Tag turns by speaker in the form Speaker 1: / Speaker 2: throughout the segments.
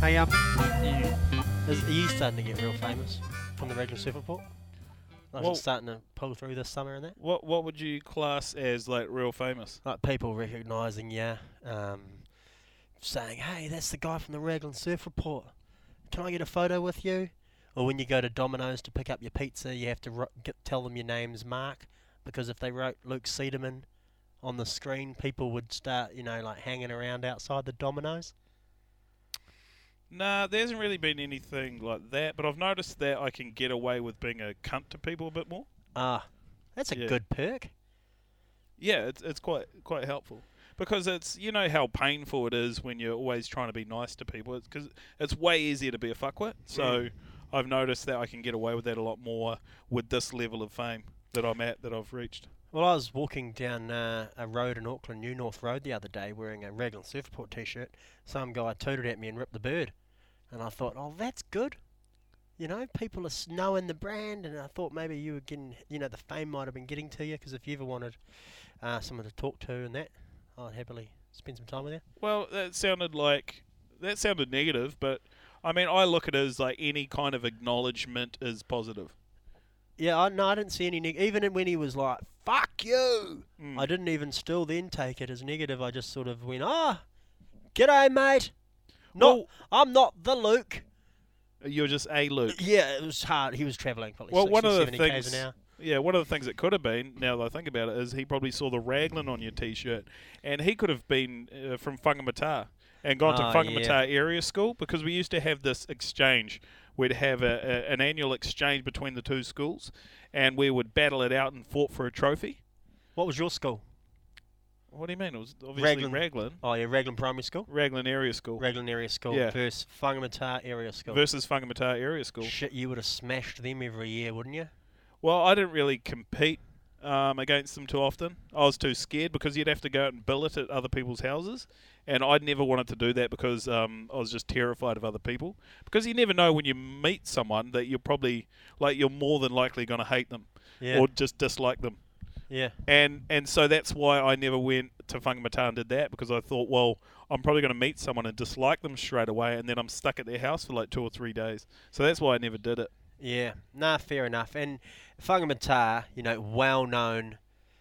Speaker 1: I am.
Speaker 2: You,
Speaker 1: Is, are you starting to get real famous from the regular Surf Report? Like,
Speaker 2: Well-
Speaker 1: I'm starting to pull through this summer and that?
Speaker 2: what what would you class as like real famous?
Speaker 1: Like, people recognising you, um, saying, hey, that's the guy from the Raglan Surf Report. Can I get a photo with you? Or when you go to Domino's to pick up your pizza, you have to ro- get, tell them your name's Mark, because if they wrote Luke Sederman on the screen, people would start, you know, like hanging around outside the Domino's.
Speaker 2: Nah, there hasn't really been anything like that, but I've noticed that I can get away with being a cunt to people a bit more.
Speaker 1: Ah, that's a
Speaker 2: Yeah.
Speaker 1: good perk.
Speaker 2: Yeah, it's it's quite quite helpful because it's you know how painful it is when you're always trying to be nice to people. It's because it's way easier to be a fuckwit. So I've noticed that I can get away with that a lot more with this level of fame that I'm at that I've reached.
Speaker 1: Well, I was walking down uh, a road in Auckland, New North Road, the other day wearing a Raglan Surfport t shirt. Some guy tooted at me and ripped the bird. And I thought, oh, that's good. You know, people are s- knowing the brand, and I thought maybe you were getting, you know, the fame might have been getting to you, because if you ever wanted uh, someone to talk to and that, I'd happily spend some time with you.
Speaker 2: Well, that sounded like that sounded negative, but I mean I look at it as like any kind of acknowledgement is positive.
Speaker 1: Yeah, I, no, I didn't see any neg- Even when he was like, fuck you,
Speaker 2: Mm.
Speaker 1: I didn't even still then take it as negative. I just sort of went, ah, g'day, mate. No,
Speaker 2: Well-
Speaker 1: I'm not the Luke.
Speaker 2: You're just a Luke.
Speaker 1: Yeah, it was hard. He was travelling probably
Speaker 2: Well,
Speaker 1: 60,
Speaker 2: one of the
Speaker 1: 70 k's
Speaker 2: things,
Speaker 1: an hour.
Speaker 2: yeah, one of the things it could have been. Now that I think about it, is he probably saw the Raglan on your T-shirt, and he could have been uh, from Whangamata and gone
Speaker 1: Oh,
Speaker 2: to Whangamata
Speaker 1: yeah.
Speaker 2: area school because we used to have this exchange. We'd have a, a, an annual exchange between the two schools, and we would battle it out and fought for a trophy.
Speaker 1: What was your school?
Speaker 2: What do you mean? It was obviously
Speaker 1: Raglan.
Speaker 2: Raglan, Raglan,
Speaker 1: Oh, yeah, Raglan Primary School.
Speaker 2: area school
Speaker 1: Raglan Area School
Speaker 2: Yeah.
Speaker 1: versus Whangamata Area School.
Speaker 2: versus Whangamata area school.
Speaker 1: Shit, you would have smashed them every year, wouldn't you?
Speaker 2: Well, I didn't really compete um, against them too often. I was too scared because you'd have to go out and billet at other people's houses, and I'd never wanted to do that because um, I was just terrified of other people. Because you never know when you meet someone that you're probably like you're more than likely going to hate them
Speaker 1: Yeah.
Speaker 2: or just dislike them,
Speaker 1: yeah.
Speaker 2: and and so that's why I never went to Whangamata and did that because I thought, well, I'm probably going to meet someone and dislike them straight away, and then I'm stuck at their house for like two or three days. So that's why I never did it.
Speaker 1: Yeah. Nah, fair enough. And Whangamata, you know, well known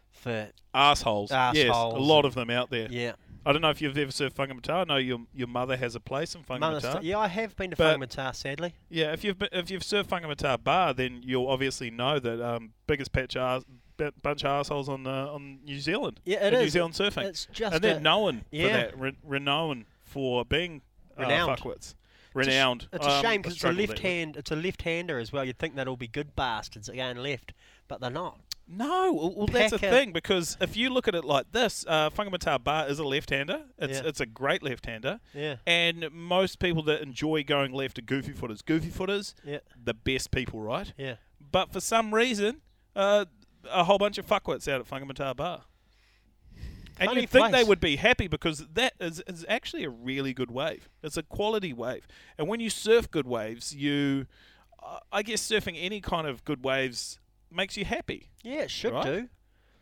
Speaker 1: for.
Speaker 2: Assholes. yes, a
Speaker 1: Arseholes
Speaker 2: lot of them out there.
Speaker 1: Yeah.
Speaker 2: I don't know if you've ever surfed Whangamata. I know your your mother has a place in
Speaker 1: Mother
Speaker 2: Whangamata.
Speaker 1: sta- yeah, I have been to
Speaker 2: But-
Speaker 1: Whangamata, sadly.
Speaker 2: Yeah, if you've been, if you've surfed Whangamata Bar, then you'll obviously know that um, biggest patch ass, b- bunch of assholes on uh, on New Zealand.
Speaker 1: Yeah, it
Speaker 2: in New
Speaker 1: is.
Speaker 2: Zealand surfing,
Speaker 1: It's just.
Speaker 2: and they're
Speaker 1: a-
Speaker 2: known for
Speaker 1: yeah.
Speaker 2: that, re- renowned for being uh,
Speaker 1: Renowned.
Speaker 2: fuckwits.
Speaker 1: It's a sh-
Speaker 2: Renowned.
Speaker 1: It's a
Speaker 2: Um,
Speaker 1: shame
Speaker 2: I
Speaker 1: because it's a
Speaker 2: struggled with that
Speaker 1: left hand. It's a left hander as well. You'd think they'd all be good bastards going left, but they're not.
Speaker 2: No, well, well, that's the
Speaker 1: Packer.
Speaker 2: thing because if you look at it like this, uh, Whangamata Bar is a left-hander. It's
Speaker 1: Yeah.
Speaker 2: it's a great left-hander,
Speaker 1: Yeah.
Speaker 2: and most people that enjoy going left are goofy footers. Goofy footers,
Speaker 1: Yeah.
Speaker 2: the best people, right?
Speaker 1: Yeah.
Speaker 2: But for some reason, uh, a whole bunch of fuckwits out at Whangamata Bar. And
Speaker 1: Funny
Speaker 2: you'd think they
Speaker 1: place.
Speaker 2: would be happy because that is, is actually a really good wave. It's a quality wave. And when you surf good waves, you, I- I guess surfing any kind of good waves makes you happy.
Speaker 1: Yeah, it should
Speaker 2: Right?
Speaker 1: do.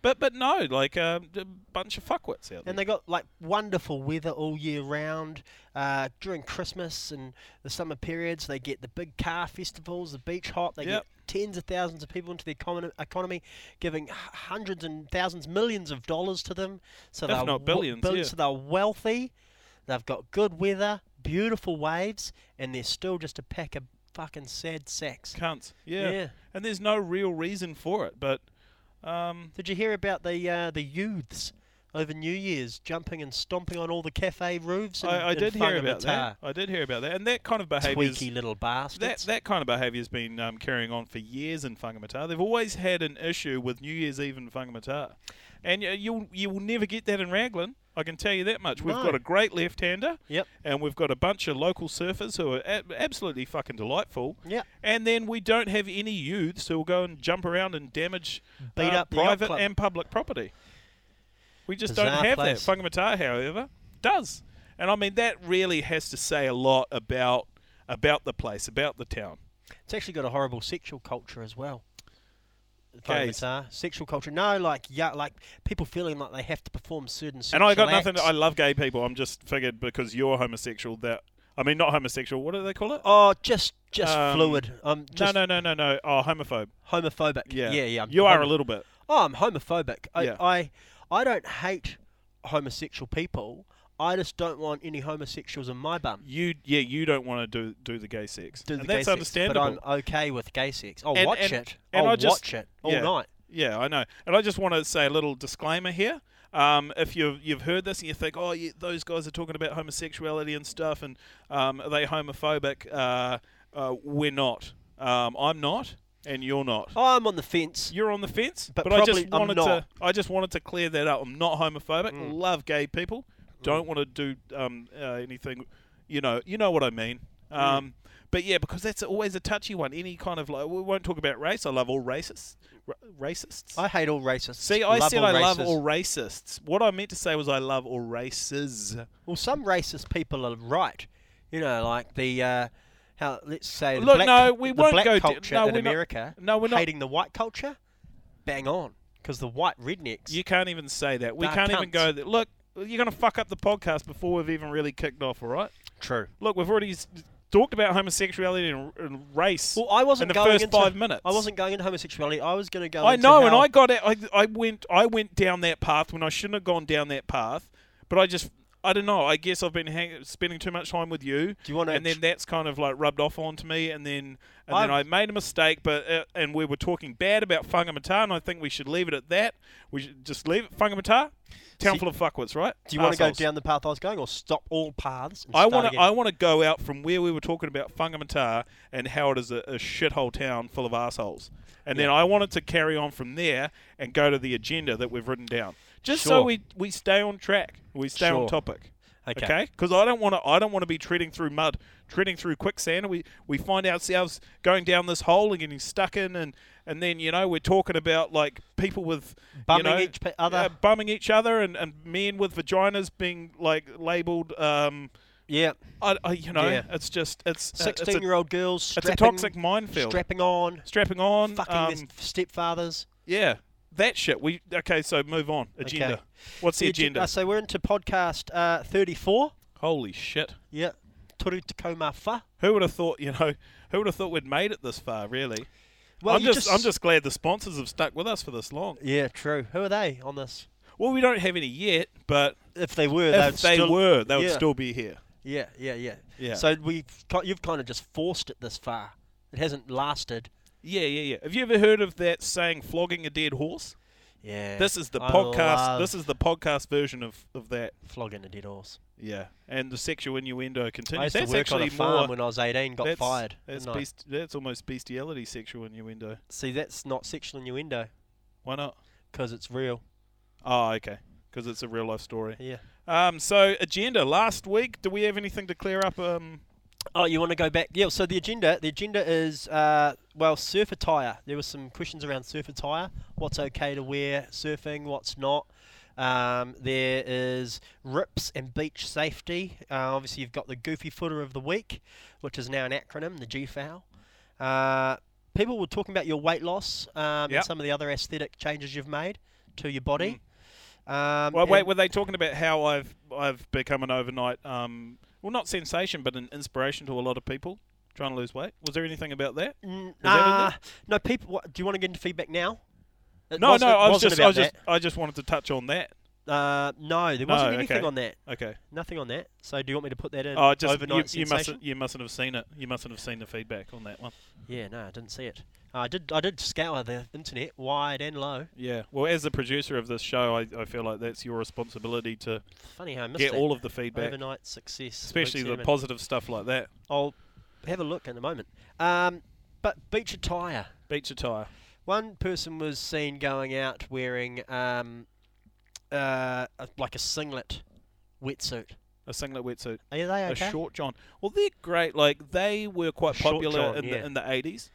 Speaker 2: But but no, like um, a bunch of fuckwits out there.
Speaker 1: And they got like wonderful weather all year round. Uh, during Christmas and the summer periods, they get the big car festivals, the beach hop. They
Speaker 2: Yep.
Speaker 1: get tens of thousands of people into the econo- economy, giving h- hundreds and thousands, millions of dollars to them. So
Speaker 2: If
Speaker 1: they're
Speaker 2: not
Speaker 1: we-
Speaker 2: billions, yeah.
Speaker 1: So they're wealthy. They've got good weather, beautiful waves, and they're still just a pack of fucking sad sacks.
Speaker 2: cunts. Yeah. And there's no real reason for it. But um,
Speaker 1: Did you hear about the uh, the youths over New Year's jumping and stomping on all the cafe roofs? And,
Speaker 2: I, I
Speaker 1: and
Speaker 2: did hear
Speaker 1: Whangamata?
Speaker 2: about that. I did hear about that. And that kind of behaviour
Speaker 1: Tweaky little
Speaker 2: that
Speaker 1: bastards.
Speaker 2: that kind of behaviour has been um, carrying on for years in Whangamata. They've always had an issue with New Year's Eve in Whangamata, and you you'll, you will never get that in Raglan. I can tell you that much. We've
Speaker 1: No.
Speaker 2: got a great left-hander,
Speaker 1: Yep.
Speaker 2: and we've got a bunch of local surfers who are ab- absolutely fucking delightful.
Speaker 1: Yep.
Speaker 2: And then we don't have any youths who will go and jump around and damage
Speaker 1: Beat
Speaker 2: uh,
Speaker 1: up the yacht
Speaker 2: private
Speaker 1: club.
Speaker 2: and public property. We just
Speaker 1: Bizarre
Speaker 2: don't have
Speaker 1: place.
Speaker 2: that. Whangamata, however, does. And I mean that really has to say a lot about about the place, about the town.
Speaker 1: It's actually got a horrible sexual culture as well.
Speaker 2: Gays.
Speaker 1: Whangamata, sexual culture. No, like yeah, like people feeling like they have to perform certain.
Speaker 2: and I
Speaker 1: sexual
Speaker 2: got nothing.
Speaker 1: acts.
Speaker 2: I love gay people. I'm just figured because you're homosexual that I mean, not homosexual. What do they call it?
Speaker 1: Oh, just just
Speaker 2: Um,
Speaker 1: fluid. Um, just
Speaker 2: no, no, no, no, no. Oh, homophobe.
Speaker 1: homophobic.
Speaker 2: Yeah.
Speaker 1: yeah, yeah. I'm
Speaker 2: You are
Speaker 1: homo-
Speaker 2: a little bit.
Speaker 1: Oh, I'm homophobic. I,
Speaker 2: Yeah.
Speaker 1: I I don't hate homosexual people. I just don't want any homosexuals in my bum.
Speaker 2: You, yeah, you don't want to do do the gay sex,
Speaker 1: Do
Speaker 2: and
Speaker 1: the gay
Speaker 2: that's
Speaker 1: sex,
Speaker 2: understandable.
Speaker 1: But I'm okay with gay sex. I'll
Speaker 2: And-
Speaker 1: watch
Speaker 2: and-
Speaker 1: it.
Speaker 2: and
Speaker 1: I'll
Speaker 2: I just-
Speaker 1: watch it all
Speaker 2: yeah.
Speaker 1: night.
Speaker 2: Yeah, I know. And I just want to say a little disclaimer here. Um, if you've you've heard this and you think, oh, yeah, those guys are talking about homosexuality and stuff, and um, are they homophobic? Uh, uh, we're not. Um, I'm not, and you're not.
Speaker 1: Oh, I'm on the fence.
Speaker 2: You're on the fence,
Speaker 1: But
Speaker 2: I
Speaker 1: probably
Speaker 2: just
Speaker 1: I'm
Speaker 2: wanted
Speaker 1: not.
Speaker 2: to. I just wanted to clear that up. I'm not homophobic.
Speaker 1: Mm.
Speaker 2: Love gay people. Don't want to do um, uh, anything. You know. You know what I mean.
Speaker 1: Mm.
Speaker 2: Um, But yeah, because that's always a touchy one. Any kind of like, we won't talk about race. I love all racists. R- racists.
Speaker 1: I hate all racists.
Speaker 2: See, I
Speaker 1: Love
Speaker 2: said
Speaker 1: all
Speaker 2: I love
Speaker 1: races.
Speaker 2: all racists. What I meant to say was I love all races.
Speaker 1: Well, some racist people are right. You know, like the uh, how let's say the
Speaker 2: Look,
Speaker 1: black,
Speaker 2: no, we
Speaker 1: the
Speaker 2: won't
Speaker 1: black
Speaker 2: go d-
Speaker 1: culture
Speaker 2: no,
Speaker 1: in
Speaker 2: we're not-
Speaker 1: America.
Speaker 2: no, we're not-
Speaker 1: hating the white culture. Bang on, because the white rednecks.
Speaker 2: You can't even say that. We
Speaker 1: They're
Speaker 2: can't even
Speaker 1: cunts.
Speaker 2: go there. Look, you're going to fuck up the podcast before we've even really kicked off, all right?
Speaker 1: True.
Speaker 2: Look, we've already s- talked about homosexuality and, and race.
Speaker 1: Well, I wasn't
Speaker 2: the
Speaker 1: going
Speaker 2: first
Speaker 1: into,
Speaker 2: five minutes.
Speaker 1: I wasn't going into homosexuality. I was going to go.
Speaker 2: I
Speaker 1: into
Speaker 2: know, and
Speaker 1: how-
Speaker 2: I got it. I, I went. I went down that path when I shouldn't have gone down that path. But I just, I don't know. I guess I've been hang- spending too much time with you.
Speaker 1: Do you wanna
Speaker 2: And then
Speaker 1: tr-
Speaker 2: that's kind of like rubbed off onto me. And then, and then I
Speaker 1: I've-
Speaker 2: made a mistake. But uh, and we were talking bad about Fungamata, and I think we should leave it at that. We should just leave it. Fungamata, town
Speaker 1: See-
Speaker 2: full of fuckwits, right?
Speaker 1: Do you want to go
Speaker 2: Arseholes.
Speaker 1: down the path I was going, or stop all paths? and
Speaker 2: I
Speaker 1: start
Speaker 2: want to.
Speaker 1: again?
Speaker 2: I want to go out from where we were talking about Fungamata and how it is a, a shithole town full of assholes, and then I wanted to carry on from there and go to the agenda that we've written down, just so
Speaker 1: Sure.
Speaker 2: we we stay on track, we stay on
Speaker 1: Sure.
Speaker 2: topic.
Speaker 1: Okay.
Speaker 2: Because I don't want to. I don't want to be treading through mud, treading through quicksand. We we find ourselves going down this hole and getting stuck in, and and then you know we're talking about like people with you
Speaker 1: Bumming
Speaker 2: know,
Speaker 1: each pa- other.
Speaker 2: uh, bumming each other, and and men with vaginas being like labelled. Um,
Speaker 1: Yeah,
Speaker 2: I, I you know,
Speaker 1: Yeah.
Speaker 2: it's just it's uh, it's a-
Speaker 1: sixteen-year-old girls.
Speaker 2: It's
Speaker 1: Strapping,
Speaker 2: a toxic minefield.
Speaker 1: Strapping on,
Speaker 2: strapping on.
Speaker 1: fucking
Speaker 2: um,
Speaker 1: their stepfathers.
Speaker 2: yeah, that shit. We okay. So move on. Agenda.
Speaker 1: Okay.
Speaker 2: What's the
Speaker 1: Yeah, gen-
Speaker 2: agenda?
Speaker 1: uh, so we're into podcast uh, thirty-four.
Speaker 2: Holy shit.
Speaker 1: Yeah, Toru Takoma Fa.
Speaker 2: Who would have thought? You know, who would have thought we'd made it this far? Really.
Speaker 1: Well,
Speaker 2: I'm
Speaker 1: you
Speaker 2: just, I'm just glad the sponsors have stuck with us for this long.
Speaker 1: Yeah, true. Who are they on this?
Speaker 2: Well, we don't have any yet, but
Speaker 1: If they were,
Speaker 2: if
Speaker 1: they'd
Speaker 2: they
Speaker 1: still-
Speaker 2: were, they would
Speaker 1: yeah.
Speaker 2: still be here.
Speaker 1: Yeah, yeah, yeah.
Speaker 2: Yeah.
Speaker 1: So we, you've kind of just forced it this far. It hasn't lasted.
Speaker 2: Yeah, yeah, yeah. Have you ever heard of that saying "flogging a dead horse"?
Speaker 1: Yeah.
Speaker 2: This is the
Speaker 1: I
Speaker 2: podcast.
Speaker 1: love
Speaker 2: This is the podcast version of, of that.
Speaker 1: flogging a dead horse.
Speaker 2: Yeah, and the sexual innuendo
Speaker 1: I
Speaker 2: continues.
Speaker 1: used to
Speaker 2: That's
Speaker 1: work on
Speaker 2: actually
Speaker 1: a farm
Speaker 2: more.
Speaker 1: when I was 18. Got
Speaker 2: that's,
Speaker 1: fired.
Speaker 2: That's,
Speaker 1: didn't I?
Speaker 2: beast, that's almost bestiality sexual innuendo.
Speaker 1: See, that's not sexual innuendo
Speaker 2: Why not?
Speaker 1: because it's real.
Speaker 2: Oh, okay. Because it's a real life story.
Speaker 1: Yeah.
Speaker 2: Um, so agenda last week. Do we have anything to clear up? Um,
Speaker 1: Oh, you want to go back? Yeah. So the agenda, the agenda is uh, well, surf attire. There were some questions around surf attire. What's okay to wear surfing? What's not? Um, there is rips and beach safety. Uh, obviously, you've got the goofy footer of the week, which is now an acronym, the GFOW. Uh, people were talking about your weight loss um,
Speaker 2: Yep.
Speaker 1: and some of the other aesthetic changes you've made to your body. Um,
Speaker 2: Mm. well, wait.
Speaker 1: and-
Speaker 2: Were they talking about how I've I've become an overnight? Um, well, not sensation, but an inspiration to a lot of people trying to lose weight. Was there anything about that?
Speaker 1: N-
Speaker 2: that in
Speaker 1: uh, no, people. What, do you want to get into feedback now? It
Speaker 2: No,
Speaker 1: wasn't-
Speaker 2: no. I was
Speaker 1: wasn't
Speaker 2: just I was
Speaker 1: about
Speaker 2: just I just wanted to touch on that.
Speaker 1: that. Uh, no, there wasn't
Speaker 2: No,
Speaker 1: anything
Speaker 2: okay.
Speaker 1: on that.
Speaker 2: Okay.
Speaker 1: Nothing on that. So do you want me to put that in?
Speaker 2: Oh, just you,
Speaker 1: overnight
Speaker 2: you
Speaker 1: sensation?
Speaker 2: mustn't you mustn't have seen it. You mustn't have seen the feedback on that one.
Speaker 1: Yeah, no, I didn't see it. Uh, I did. I did scour the internet, wide and low.
Speaker 2: Yeah. Well, as the producer of this show, I, I feel like that's your responsibility to
Speaker 1: Funny how I missed
Speaker 2: get
Speaker 1: that.
Speaker 2: all of the feedback,
Speaker 1: overnight success, Luke
Speaker 2: especially the
Speaker 1: Seaman.
Speaker 2: positive stuff like that.
Speaker 1: I'll have a look in a moment. Um, but beach attire.
Speaker 2: Beach attire.
Speaker 1: One person was seen going out wearing um, uh, a- like a singlet wetsuit.
Speaker 2: A singlet wetsuit,
Speaker 1: Are they okay?
Speaker 2: a short john. Well, they're great. Like they were quite
Speaker 1: Short
Speaker 2: popular
Speaker 1: john,
Speaker 2: in,
Speaker 1: yeah.
Speaker 2: the, in the eighties.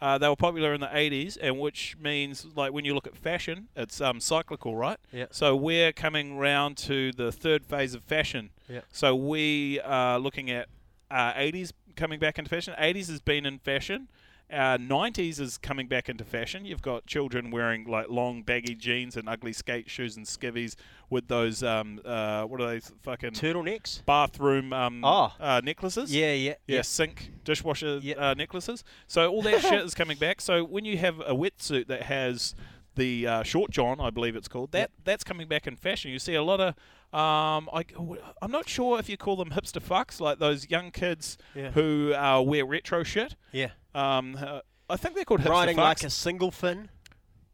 Speaker 2: Uh, they were popular in the eighties, and which means like when you look at fashion, it's um, cyclical, right?
Speaker 1: Yeah.
Speaker 2: So we're coming round to the third phase of fashion.
Speaker 1: Yeah.
Speaker 2: So we are looking at uh, 80s coming back into fashion. 80s has been in fashion, Uh, 90s is coming back into fashion. You've got children wearing like long baggy jeans and ugly skate shoes and skivvies with those um uh what are they fucking
Speaker 1: Turtlenecks?
Speaker 2: bathroom um
Speaker 1: Oh.
Speaker 2: uh, necklaces?
Speaker 1: Yeah, yeah.
Speaker 2: Yeah,
Speaker 1: yeah.
Speaker 2: sink dishwasher
Speaker 1: Yep.
Speaker 2: uh, necklaces. So all that shit is coming back. So when you have a wetsuit that has the uh, short john, I believe it's called, that that's coming back in fashion. You see a lot of, um, I, I'm not sure if you call them hipster fucks, like those young kids
Speaker 1: Yeah.
Speaker 2: who uh, wear retro shit.
Speaker 1: Yeah.
Speaker 2: Um, uh, I think they're called hipster
Speaker 1: Riding
Speaker 2: fucks.
Speaker 1: like a single fin.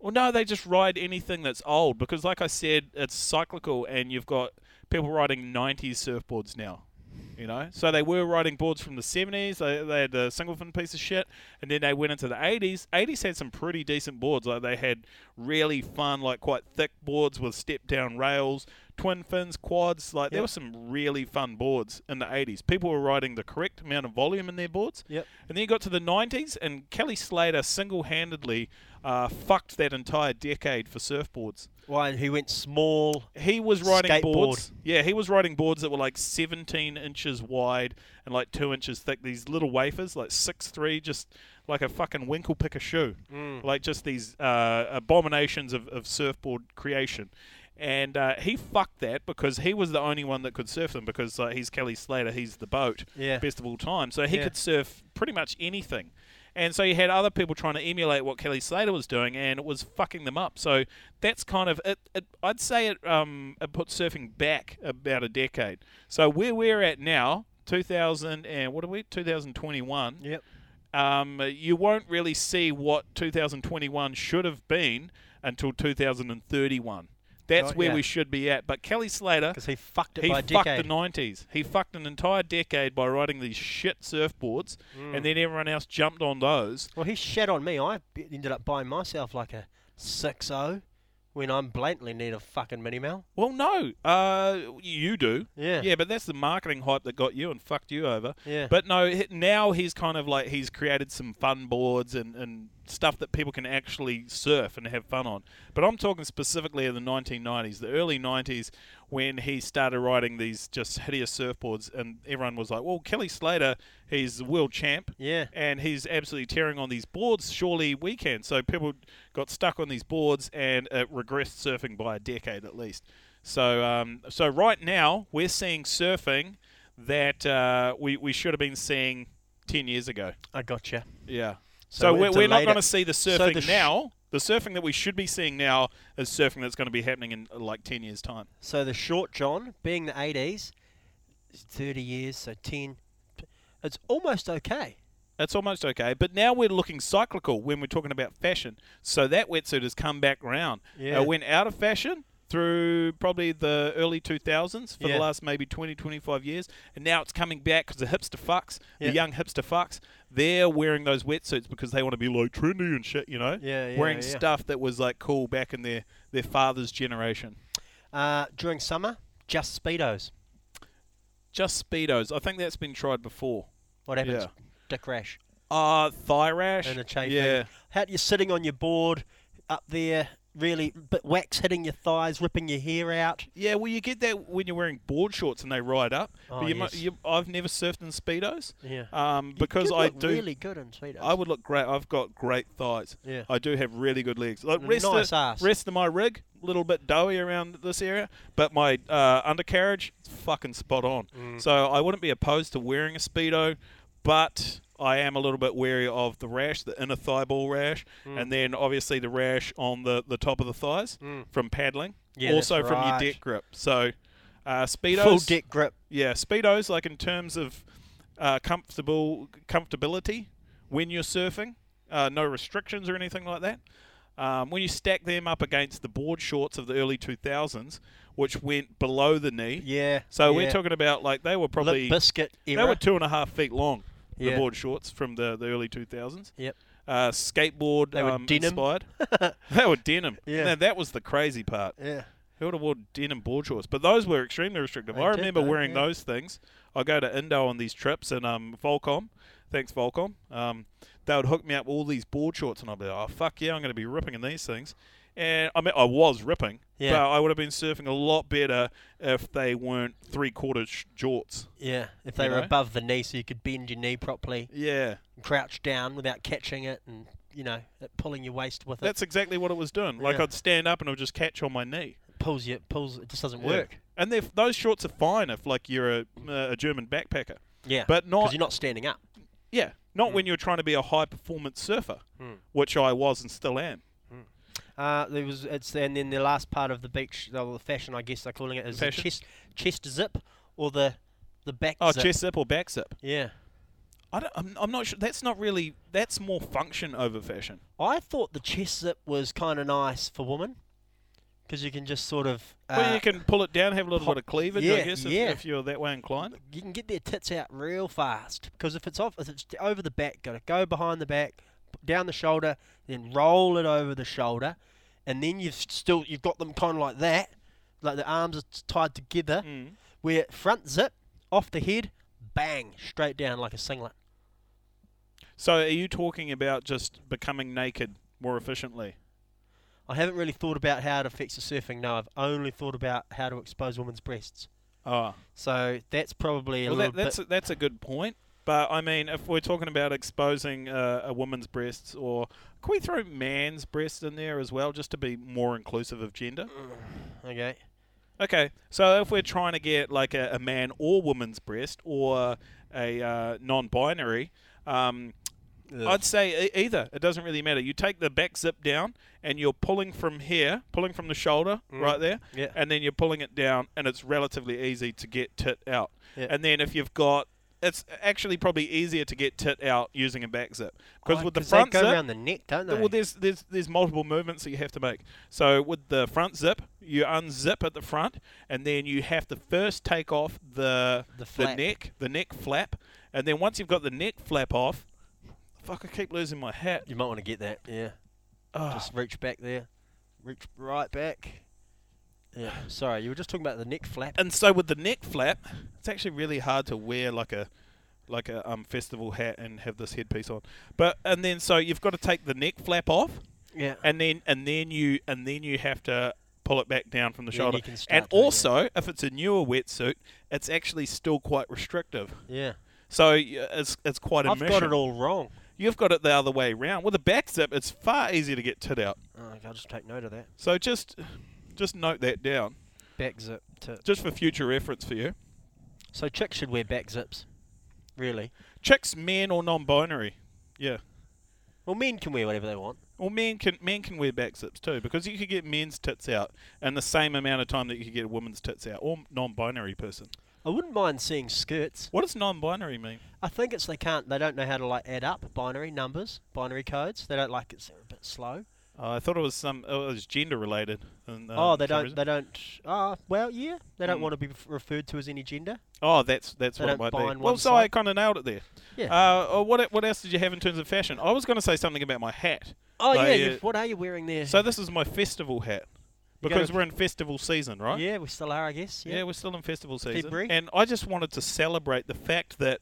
Speaker 2: Well, no, they just ride anything that's old because, like I said, it's cyclical, and you've got people riding '90s surfboards now. You know, so they were riding boards from the '70s. They, they had the single fin piece of shit, and then they went into the '80s. '80s had some pretty decent boards. Like they had really fun, like quite thick boards with step down rails, twin fins, quads. Like there
Speaker 1: Yep.
Speaker 2: were some really fun boards in the '80s. People were riding the correct amount of volume in their boards.
Speaker 1: Yep.
Speaker 2: And then you got to the 90s, and Kelly Slater single handedly uh, fucked that entire decade for surfboards.
Speaker 1: Why he went small.
Speaker 2: He was riding
Speaker 1: Skateboard.
Speaker 2: boards. Yeah, he was riding boards that were like 17 inches wide and like 2 inches thick. These little wafers, like six three, just like a fucking winkle picker shoe.
Speaker 1: Mm.
Speaker 2: Like just these uh, abominations of, of surfboard creation. And uh, he fucked that because he was the only one that could surf them because uh, he's Kelly Slater, he's the boat
Speaker 1: Yeah.
Speaker 2: best of all time. So he
Speaker 1: Yeah.
Speaker 2: could surf pretty much anything. And so you had other people trying to emulate what Kelly Slater was doing, and it was fucking them up. So that's kind of it. it I'd say it, um, it put surfing back about a decade. So where we're at now, 2000 and what are we? 2021
Speaker 1: Yep.
Speaker 2: um, you won't really see what 2021 should have been until 2031. That's
Speaker 1: Right,
Speaker 2: where
Speaker 1: yeah.
Speaker 2: we should be at. But Kelly Slater,
Speaker 1: Because he fucked it
Speaker 2: he
Speaker 1: by a
Speaker 2: fucked
Speaker 1: decade.
Speaker 2: the 90s. He fucked an entire decade by riding these shit surfboards,
Speaker 1: Hmm.
Speaker 2: and then everyone else jumped on those.
Speaker 1: well, he shat on me. I b- ended up buying myself like a 6.0 when I'm blatantly need a fucking mini mal.
Speaker 2: Well, no, uh, you do.
Speaker 1: Yeah.
Speaker 2: Yeah, but that's the marketing hype that got you and fucked you over.
Speaker 1: Yeah.
Speaker 2: But no, h- now he's kind of like he's created some fun boards and, and stuff that people can actually surf and have fun on. But I'm talking specifically of the 1990s, the early 90s, when he started riding these just hideous surfboards, and everyone was like, well, Kelly Slater, he's the world champ.
Speaker 1: Yeah.
Speaker 2: And he's absolutely tearing on these boards. Surely we can. So people got stuck on these boards, and it regressed surfing by a decade at least. So, um, so right now we're seeing surfing that uh, we we should have been seeing ten years ago.
Speaker 1: I gotcha.
Speaker 2: Yeah.
Speaker 1: So
Speaker 2: So,
Speaker 1: we're
Speaker 2: we're, we're not
Speaker 1: delayed
Speaker 2: going
Speaker 1: it.
Speaker 2: to see the
Speaker 1: So
Speaker 2: surfing
Speaker 1: the sh-
Speaker 2: now. The surfing that we should be seeing now is surfing that's going to be happening in uh, like ten years' time.
Speaker 1: So the short John, being the 80s, it's 30 years, so 10. It's almost okay.
Speaker 2: That's almost okay. But now we're looking cyclical when we're talking about fashion. So that wetsuit has come back round.
Speaker 1: Yeah.
Speaker 2: It Uh, went out of fashion through probably the early 2000s for
Speaker 1: Yeah.
Speaker 2: the last maybe 20, 25 years. And now it's coming back because the hipster fucks,
Speaker 1: Yeah.
Speaker 2: the young hipster fucks, they're wearing those wetsuits because they want to be like trendy and shit, you know?
Speaker 1: Yeah, yeah,
Speaker 2: wearing
Speaker 1: yeah.
Speaker 2: stuff that was like cool back in their, their father's generation.
Speaker 1: Uh, during summer, just Speedos.
Speaker 2: Just Speedos. I think that's been tried before.
Speaker 1: What happens?
Speaker 2: Yeah.
Speaker 1: Dick rash
Speaker 2: Uh, thigh rash.
Speaker 1: and a chafing.
Speaker 2: Yeah.
Speaker 1: How you're sitting on your board up there, really, but wax hitting your thighs, ripping your hair out.
Speaker 2: Yeah, well, you get that when you're wearing board shorts and they ride up.
Speaker 1: Oh,
Speaker 2: but you mu-
Speaker 1: yes.
Speaker 2: you, I've never surfed in speedos.
Speaker 1: Yeah.
Speaker 2: Um, because
Speaker 1: you
Speaker 2: I
Speaker 1: look
Speaker 2: do,
Speaker 1: really good in Speedos.
Speaker 2: I would look great. I've got great thighs.
Speaker 1: Yeah.
Speaker 2: I do have really good legs. Like
Speaker 1: And a
Speaker 2: rest
Speaker 1: nice
Speaker 2: of,
Speaker 1: ass.
Speaker 2: rest of my rig, a little bit doughy around this area, but my uh, undercarriage, it's fucking spot on.
Speaker 1: Mm.
Speaker 2: So I wouldn't be opposed to wearing a speedo, but I am a little bit wary of the rash, the inner thigh ball rash,
Speaker 1: Mm.
Speaker 2: and then obviously the rash on the, the top of the thighs from paddling,
Speaker 1: Mm. Yeah, that's
Speaker 2: also from
Speaker 1: right.
Speaker 2: your deck grip. So uh, speedos,
Speaker 1: Full dick grip.
Speaker 2: yeah, speedos like in terms of uh, comfortable comfortability when you're surfing, uh, no restrictions or anything like that. Um, when you stack them up against the board shorts of the early 2000s, which went below the knee,
Speaker 1: Yeah.
Speaker 2: so
Speaker 1: yeah.
Speaker 2: we're talking about like they were
Speaker 1: Lip
Speaker 2: probably
Speaker 1: biscuit
Speaker 2: they
Speaker 1: era.
Speaker 2: were two and a half feet long.
Speaker 1: Yeah.
Speaker 2: The board shorts from the, the early 2000s.
Speaker 1: Yep.
Speaker 2: Uh, skateboard
Speaker 1: They were
Speaker 2: um,
Speaker 1: denim.
Speaker 2: inspired. they were denim.
Speaker 1: Yeah.
Speaker 2: Now, that was the crazy part.
Speaker 1: yeah.
Speaker 2: Who would have wore denim board shorts? But those were extremely restrictive.
Speaker 1: They
Speaker 2: I
Speaker 1: did,
Speaker 2: remember
Speaker 1: though,
Speaker 2: wearing
Speaker 1: yeah.
Speaker 2: those things. I go to Indo on these trips, and um, Volcom, thanks Volcom, um, they would hook me up with all these board shorts, and I'd be like, oh fuck yeah, I'm going to be ripping in these things. And I mean, I was ripping,
Speaker 1: Yeah.
Speaker 2: but I would have been surfing a lot better if they weren't three quarter sh- jorts.
Speaker 1: Yeah, if they
Speaker 2: You
Speaker 1: were
Speaker 2: know?
Speaker 1: above the knee, so you could bend your knee properly,
Speaker 2: Yeah,
Speaker 1: and crouch down without catching it, and you know, it pulling your waist with
Speaker 2: that's exactly what it was doing. Like
Speaker 1: Yeah.
Speaker 2: I'd stand up and it would just catch on my knee.
Speaker 1: it. Pulls you, pulls. It just doesn't
Speaker 2: Yeah.
Speaker 1: work.
Speaker 2: And they're- those shorts are fine if like you're a, uh, a German backpacker,
Speaker 1: Yeah,
Speaker 2: but
Speaker 1: because
Speaker 2: not
Speaker 1: you're not standing up.
Speaker 2: yeah, not
Speaker 1: Mm.
Speaker 2: when you're trying to be a high performance surfer,
Speaker 1: Mm.
Speaker 2: which I was and still am.
Speaker 1: Uh, there was it's and then the last part of the beach, the, the fashion I guess they're calling it is the
Speaker 2: Fashion?
Speaker 1: chest chest zip or the the back.
Speaker 2: Oh,
Speaker 1: zip.
Speaker 2: chest zip or back zip.
Speaker 1: Yeah,
Speaker 2: I don't, I'm, I'm not sure. That's not really. That's more function over fashion.
Speaker 1: I thought the chest zip was kind of nice for women because you can just sort of uh,
Speaker 2: well, you can pull it down, have a little
Speaker 1: pop-
Speaker 2: bit of cleavage, I
Speaker 1: yeah,
Speaker 2: guess, if,
Speaker 1: yeah.
Speaker 2: if you're that way inclined.
Speaker 1: you can get their tits out real fast because if it's off, if it's over the back, gotta go behind the back, down the shoulder, then roll it over the shoulder, and then you've still you've got them kind of like that, like the arms are t- tied together.
Speaker 2: Mm.
Speaker 1: Where front zip off the head, bang straight down like a singlet.
Speaker 2: So, are you talking about just becoming naked more efficiently?
Speaker 1: I haven't really thought about how it affects the surfing. No, I've only thought about how to expose women's breasts.
Speaker 2: Oh,
Speaker 1: So that's probably a
Speaker 2: well,
Speaker 1: little
Speaker 2: that, that's
Speaker 1: bit.
Speaker 2: a, that's a good point. But I mean, if we're talking about exposing uh, a woman's breasts, or can we throw man's breasts in there as well, just to be more inclusive of gender?
Speaker 1: okay.
Speaker 2: Okay, so if we're trying to get like a, a man or woman's breast or a uh, non-binary, um, I'd say e- either. It doesn't really matter. You take the back zip down, and you're pulling from here, pulling from the shoulder
Speaker 1: Mm.
Speaker 2: right there,
Speaker 1: Yeah.
Speaker 2: and then you're pulling it down, and it's relatively easy to get tit out.
Speaker 1: Yeah.
Speaker 2: And then if you've got, it's actually probably easier to get tit out using a back zip because
Speaker 1: Oh,
Speaker 2: with the
Speaker 1: 'cause they
Speaker 2: front
Speaker 1: go
Speaker 2: zip,
Speaker 1: around the neck, don't they?
Speaker 2: well, there's there's there's multiple movements that you have to make. So with the front zip, you unzip at the front, and then you have to first take off the
Speaker 1: The flap.
Speaker 2: neck the neck flap, and then once you've got the neck flap off, fuck, I keep losing my hat. Ah.
Speaker 1: you might want to get that. Yeah.
Speaker 2: Ugh.
Speaker 1: Just reach back there. Reach right back. Yeah. Sorry, you were just talking about the neck flap.
Speaker 2: and so with the neck flap, it's actually really hard to wear like a like a um, festival hat and have this headpiece on. But and then so you've got to take the neck flap off,
Speaker 1: Yeah.
Speaker 2: and then and then you and then you have to pull it back down from the
Speaker 1: Then
Speaker 2: shoulder.
Speaker 1: you can start
Speaker 2: And
Speaker 1: doing it.
Speaker 2: also, if it's a newer wetsuit, it's actually still quite restrictive.
Speaker 1: Yeah.
Speaker 2: So y- it's it's quite a
Speaker 1: I've got
Speaker 2: mission.
Speaker 1: it all wrong.
Speaker 2: You've got it the other way round. With a back zip, it's far easier to get tit out.
Speaker 1: Oh, okay, I'll just take note of that.
Speaker 2: So just just note that down,
Speaker 1: Back zip tip.
Speaker 2: just for future reference for you.
Speaker 1: So chicks should wear back zips. Really.
Speaker 2: Chicks, men or non-binary, yeah.
Speaker 1: Well, men can wear whatever they want.
Speaker 2: Well, men can men can wear back zips too because you could get men's tits out in the same amount of time that you could get a woman's tits out or non-binary person.
Speaker 1: I wouldn't mind seeing skirts.
Speaker 2: What does non-binary mean?
Speaker 1: I think it's they can't. They don't know how to like add up binary numbers, binary codes. They don't like it's a bit slow.
Speaker 2: Uh, I thought it was some. It was gender related. And, uh,
Speaker 1: oh, they
Speaker 2: for some
Speaker 1: don't.
Speaker 2: reason-
Speaker 1: They don't. Oh, well, yeah. They don't
Speaker 2: Mm.
Speaker 1: want to be f- referred to as any gender.
Speaker 2: oh, that's that's
Speaker 1: they
Speaker 2: what it
Speaker 1: don't
Speaker 2: might be.
Speaker 1: bind
Speaker 2: Well,
Speaker 1: one
Speaker 2: so I
Speaker 1: side.
Speaker 2: kind of nailed it there.
Speaker 1: Yeah.
Speaker 2: Uh, oh, what e- what else did you have in terms of fashion? I was going to say something about my hat.
Speaker 1: oh
Speaker 2: so
Speaker 1: yeah.
Speaker 2: you-
Speaker 1: you've- what are you wearing there?
Speaker 2: So this is my festival hat
Speaker 1: You
Speaker 2: because
Speaker 1: gotta-
Speaker 2: we're in festival season, right?
Speaker 1: Yeah, we still are, I guess.
Speaker 2: Yeah,
Speaker 1: Yeah.
Speaker 2: we're still in festival season.
Speaker 1: February.
Speaker 2: And I just wanted to celebrate the fact that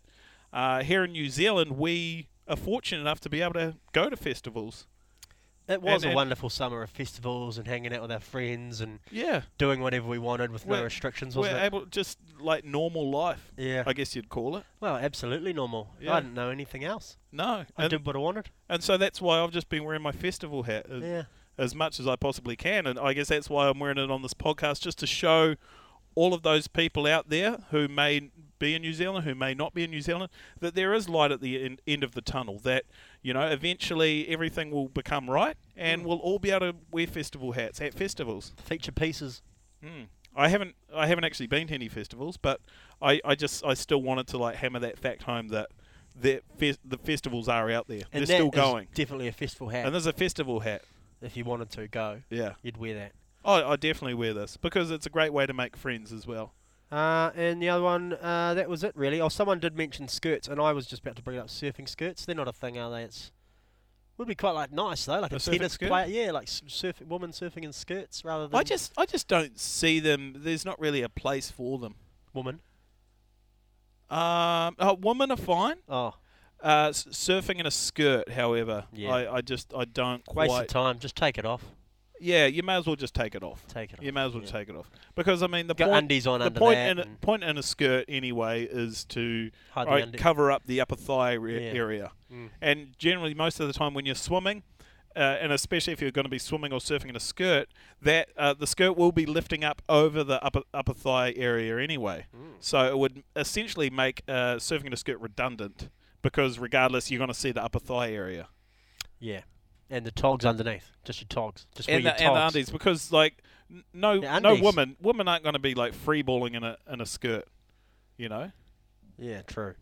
Speaker 2: uh, here in New Zealand we are fortunate enough to be able to go to festivals.
Speaker 1: It was
Speaker 2: And- and-
Speaker 1: a wonderful summer of festivals and hanging out with our friends and
Speaker 2: Yeah.
Speaker 1: doing whatever we wanted with
Speaker 2: We're-
Speaker 1: no restrictions,
Speaker 2: We're
Speaker 1: wasn't it?
Speaker 2: able just like normal life,
Speaker 1: yeah.
Speaker 2: I guess you'd call it.
Speaker 1: well, absolutely normal.
Speaker 2: Yeah.
Speaker 1: I didn't know anything else.
Speaker 2: No.
Speaker 1: I
Speaker 2: and,
Speaker 1: did what I wanted.
Speaker 2: and so that's why I've just been wearing my festival hat as,
Speaker 1: Yeah.
Speaker 2: as much as I possibly can. And I guess that's why I'm wearing it on this podcast, just to show all of those people out there who may be in New Zealand, who may not be in New Zealand, that there is light at the en- end of the tunnel. That, you know, eventually everything will become right and
Speaker 1: Mm.
Speaker 2: we'll all be able to wear festival hats at festivals.
Speaker 1: Feature pieces.
Speaker 2: Mm. I haven't I haven't actually been to any festivals, but I, I just I still wanted to like hammer that fact home that that fe- the festivals are out there.
Speaker 1: And
Speaker 2: They're still
Speaker 1: that is
Speaker 2: going.
Speaker 1: Definitely a festival hat.
Speaker 2: And there's a festival hat.
Speaker 1: if you wanted to go,
Speaker 2: Yeah.
Speaker 1: you'd wear that.
Speaker 2: I, I definitely wear this because it's a great way to make friends as well.
Speaker 1: Uh, and the other one, uh, that was it really. Oh, someone did mention skirts, and I was just about to bring up surfing skirts. They're not a thing, are they? It's would be quite like nice though, like
Speaker 2: A
Speaker 1: a,
Speaker 2: surfing
Speaker 1: tennis
Speaker 2: skirt?
Speaker 1: player. Yeah, like s- surfing woman surfing in skirts rather than
Speaker 2: I just I just don't see them. There's not really a place for them.
Speaker 1: woman.
Speaker 2: Um, uh, women are fine.
Speaker 1: Oh,
Speaker 2: Uh, s- surfing in a skirt, however,
Speaker 1: Yeah.
Speaker 2: I, I just I don't
Speaker 1: waste of
Speaker 2: quite.
Speaker 1: time. Just take it off.
Speaker 2: yeah, you may as well just take it off.
Speaker 1: Take it off.
Speaker 2: You may as well
Speaker 1: yeah.
Speaker 2: take it off because I mean the
Speaker 1: Got
Speaker 2: point.
Speaker 1: undies on
Speaker 2: the
Speaker 1: under
Speaker 2: point
Speaker 1: that.
Speaker 2: in a,
Speaker 1: and
Speaker 2: point in a skirt anyway is to
Speaker 1: hide the
Speaker 2: alright,
Speaker 1: undi-
Speaker 2: cover up the upper thigh re-
Speaker 1: Yeah.
Speaker 2: area.
Speaker 1: Mm.
Speaker 2: And generally, most of the time when you're swimming, uh, and especially if you're going to be swimming or surfing in a skirt, that uh, the skirt will be lifting up over the upper upper thigh area anyway.
Speaker 1: Mm.
Speaker 2: So it would essentially make uh, surfing in a skirt redundant because regardless, you're going to see the upper thigh area
Speaker 1: Yeah. And the togs underneath. Just your togs. Just
Speaker 2: and
Speaker 1: wear
Speaker 2: the,
Speaker 1: your
Speaker 2: and the
Speaker 1: togs.
Speaker 2: undies because like n- no
Speaker 1: The
Speaker 2: no
Speaker 1: undies.
Speaker 2: woman women aren't going to be like freeballing in a in a skirt, you know.
Speaker 1: yeah, true.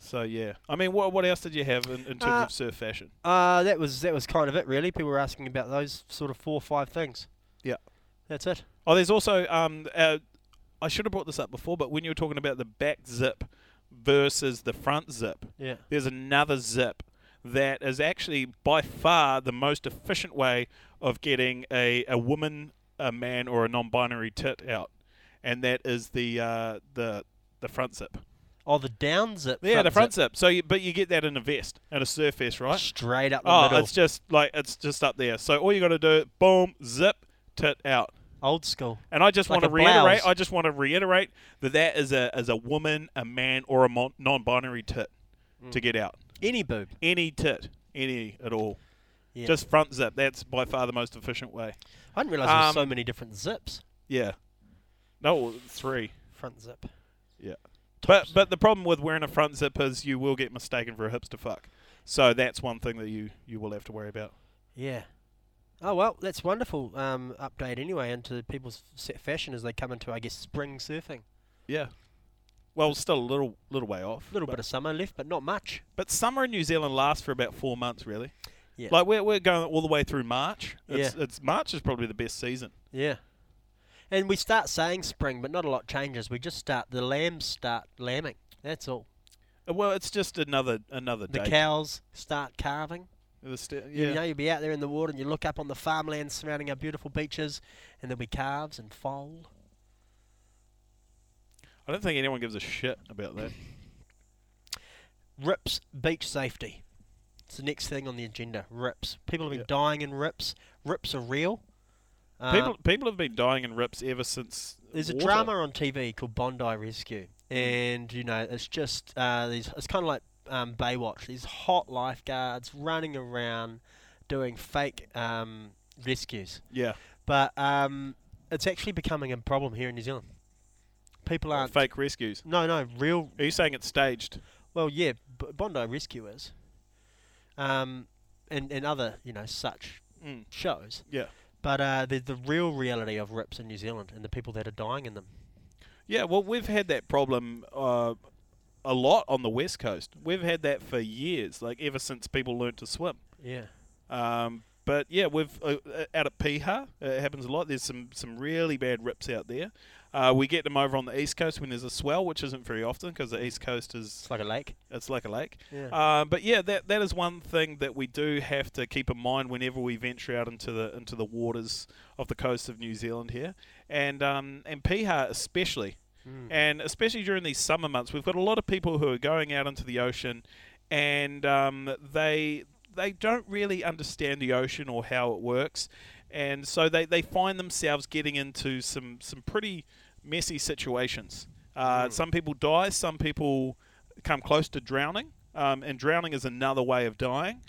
Speaker 2: So yeah, I mean, what what else did you have in, in terms
Speaker 1: Uh,
Speaker 2: of surf fashion?
Speaker 1: Uh, that was that was kind of it really. People were asking about those sort of four or five things.
Speaker 2: Yeah.
Speaker 1: That's it.
Speaker 2: Oh, there's also um, uh, I should have brought this up before, but when you were talking about the back zip versus the front zip,
Speaker 1: Yeah.
Speaker 2: there's another zip that is actually by far the most efficient way of getting a, a woman, a man, or a non-binary tit out, and that is the uh, the the front zip.
Speaker 1: Oh, the down zip.
Speaker 2: Yeah, the front zip. So, you, but you get that in a vest, in a surf vest, right?
Speaker 1: Straight up the
Speaker 2: Oh,
Speaker 1: middle.
Speaker 2: it's just like it's just up there. So all you got to do, boom, zip, tit out.
Speaker 1: Old school.
Speaker 2: And I just
Speaker 1: Like
Speaker 2: want to
Speaker 1: a
Speaker 2: reiterate.
Speaker 1: blouse.
Speaker 2: I just want to reiterate that that is a as a woman, a man, or a mon- non-binary tit
Speaker 1: Mm.
Speaker 2: to get out.
Speaker 1: Any boob.
Speaker 2: Any tit, any at all.
Speaker 1: Yeah.
Speaker 2: Just front zip. That's by far the most efficient way.
Speaker 1: I didn't realise there was so
Speaker 2: um,
Speaker 1: many different zips.
Speaker 2: Yeah. No, three.
Speaker 1: Front zip.
Speaker 2: Yeah.
Speaker 1: Top
Speaker 2: But
Speaker 1: zip.
Speaker 2: but the problem with wearing a front zip is you will get mistaken for a hipster fuck. So that's one thing that you you will have to worry about.
Speaker 1: Yeah. Oh well, that's wonderful um, update anyway into people's set fashion as they come into, I guess, spring surfing.
Speaker 2: Yeah. Well, still a little little way off.
Speaker 1: A little
Speaker 2: but-
Speaker 1: bit of summer left, but not much.
Speaker 2: But summer in New Zealand lasts for about four months, really.
Speaker 1: Yeah.
Speaker 2: Like we're, we're going all the way through March. It's, it's March is probably the best season.
Speaker 1: Yeah. And we start saying spring, but not a lot changes. We just start the lambs start lambing. That's all.
Speaker 2: Uh, Well, it's just another another
Speaker 1: The
Speaker 2: day.
Speaker 1: cows start calving.
Speaker 2: The st-
Speaker 1: You know,
Speaker 2: yeah.
Speaker 1: you'll be out there in the water and you look up on the farmland surrounding our beautiful beaches, and there'll be calves and foal.
Speaker 2: I don't think anyone gives a shit about that.
Speaker 1: Rips beach safety. It's the next thing on the agenda. Rips. People have been
Speaker 2: Yeah.
Speaker 1: dying in rips. Rips are real. Um,
Speaker 2: people people have been dying in rips ever since.
Speaker 1: There's a
Speaker 2: water. Mm.
Speaker 1: drama on TV called Bondi Rescue, and you know it's just uh, these. It's kind of like um, Baywatch. These hot lifeguards running around doing fake um, rescues,
Speaker 2: Yeah.
Speaker 1: but um, it's actually becoming a problem here in New Zealand. People aren't.
Speaker 2: Fake rescues.
Speaker 1: No, no, real.
Speaker 2: Are you saying it's staged?
Speaker 1: Well, yeah, B- Bondi Rescuers, um, and and other you know such
Speaker 2: Mm.
Speaker 1: shows.
Speaker 2: Yeah.
Speaker 1: But uh, the the real reality of rips in New Zealand and the people that are dying in them.
Speaker 2: Yeah. Well, we've had that problem. Uh, a lot on the west coast. We've had that for years, like ever since people learnt to swim.
Speaker 1: Yeah.
Speaker 2: Um, but yeah, we've uh, uh, out at Piha, it happens a lot. There's some some really bad rips out there. Uh, we get them over on the east coast when there's a swell, which isn't very often because the east coast is
Speaker 1: It's like a lake.
Speaker 2: it's like a lake.
Speaker 1: Yeah.
Speaker 2: Uh, but yeah, that that is one thing that we do have to keep in mind whenever we venture out into the into the waters of the coast of New Zealand here, and um, and Piha especially.
Speaker 1: Mm.
Speaker 2: And especially during these summer months, we've got a lot of people who are going out into the ocean, and um, they they don't really understand the ocean or how it works, and so they, they find themselves getting into some some pretty messy situations. Uh, Some people die, some people come close to drowning, um, and drowning is another way of dying.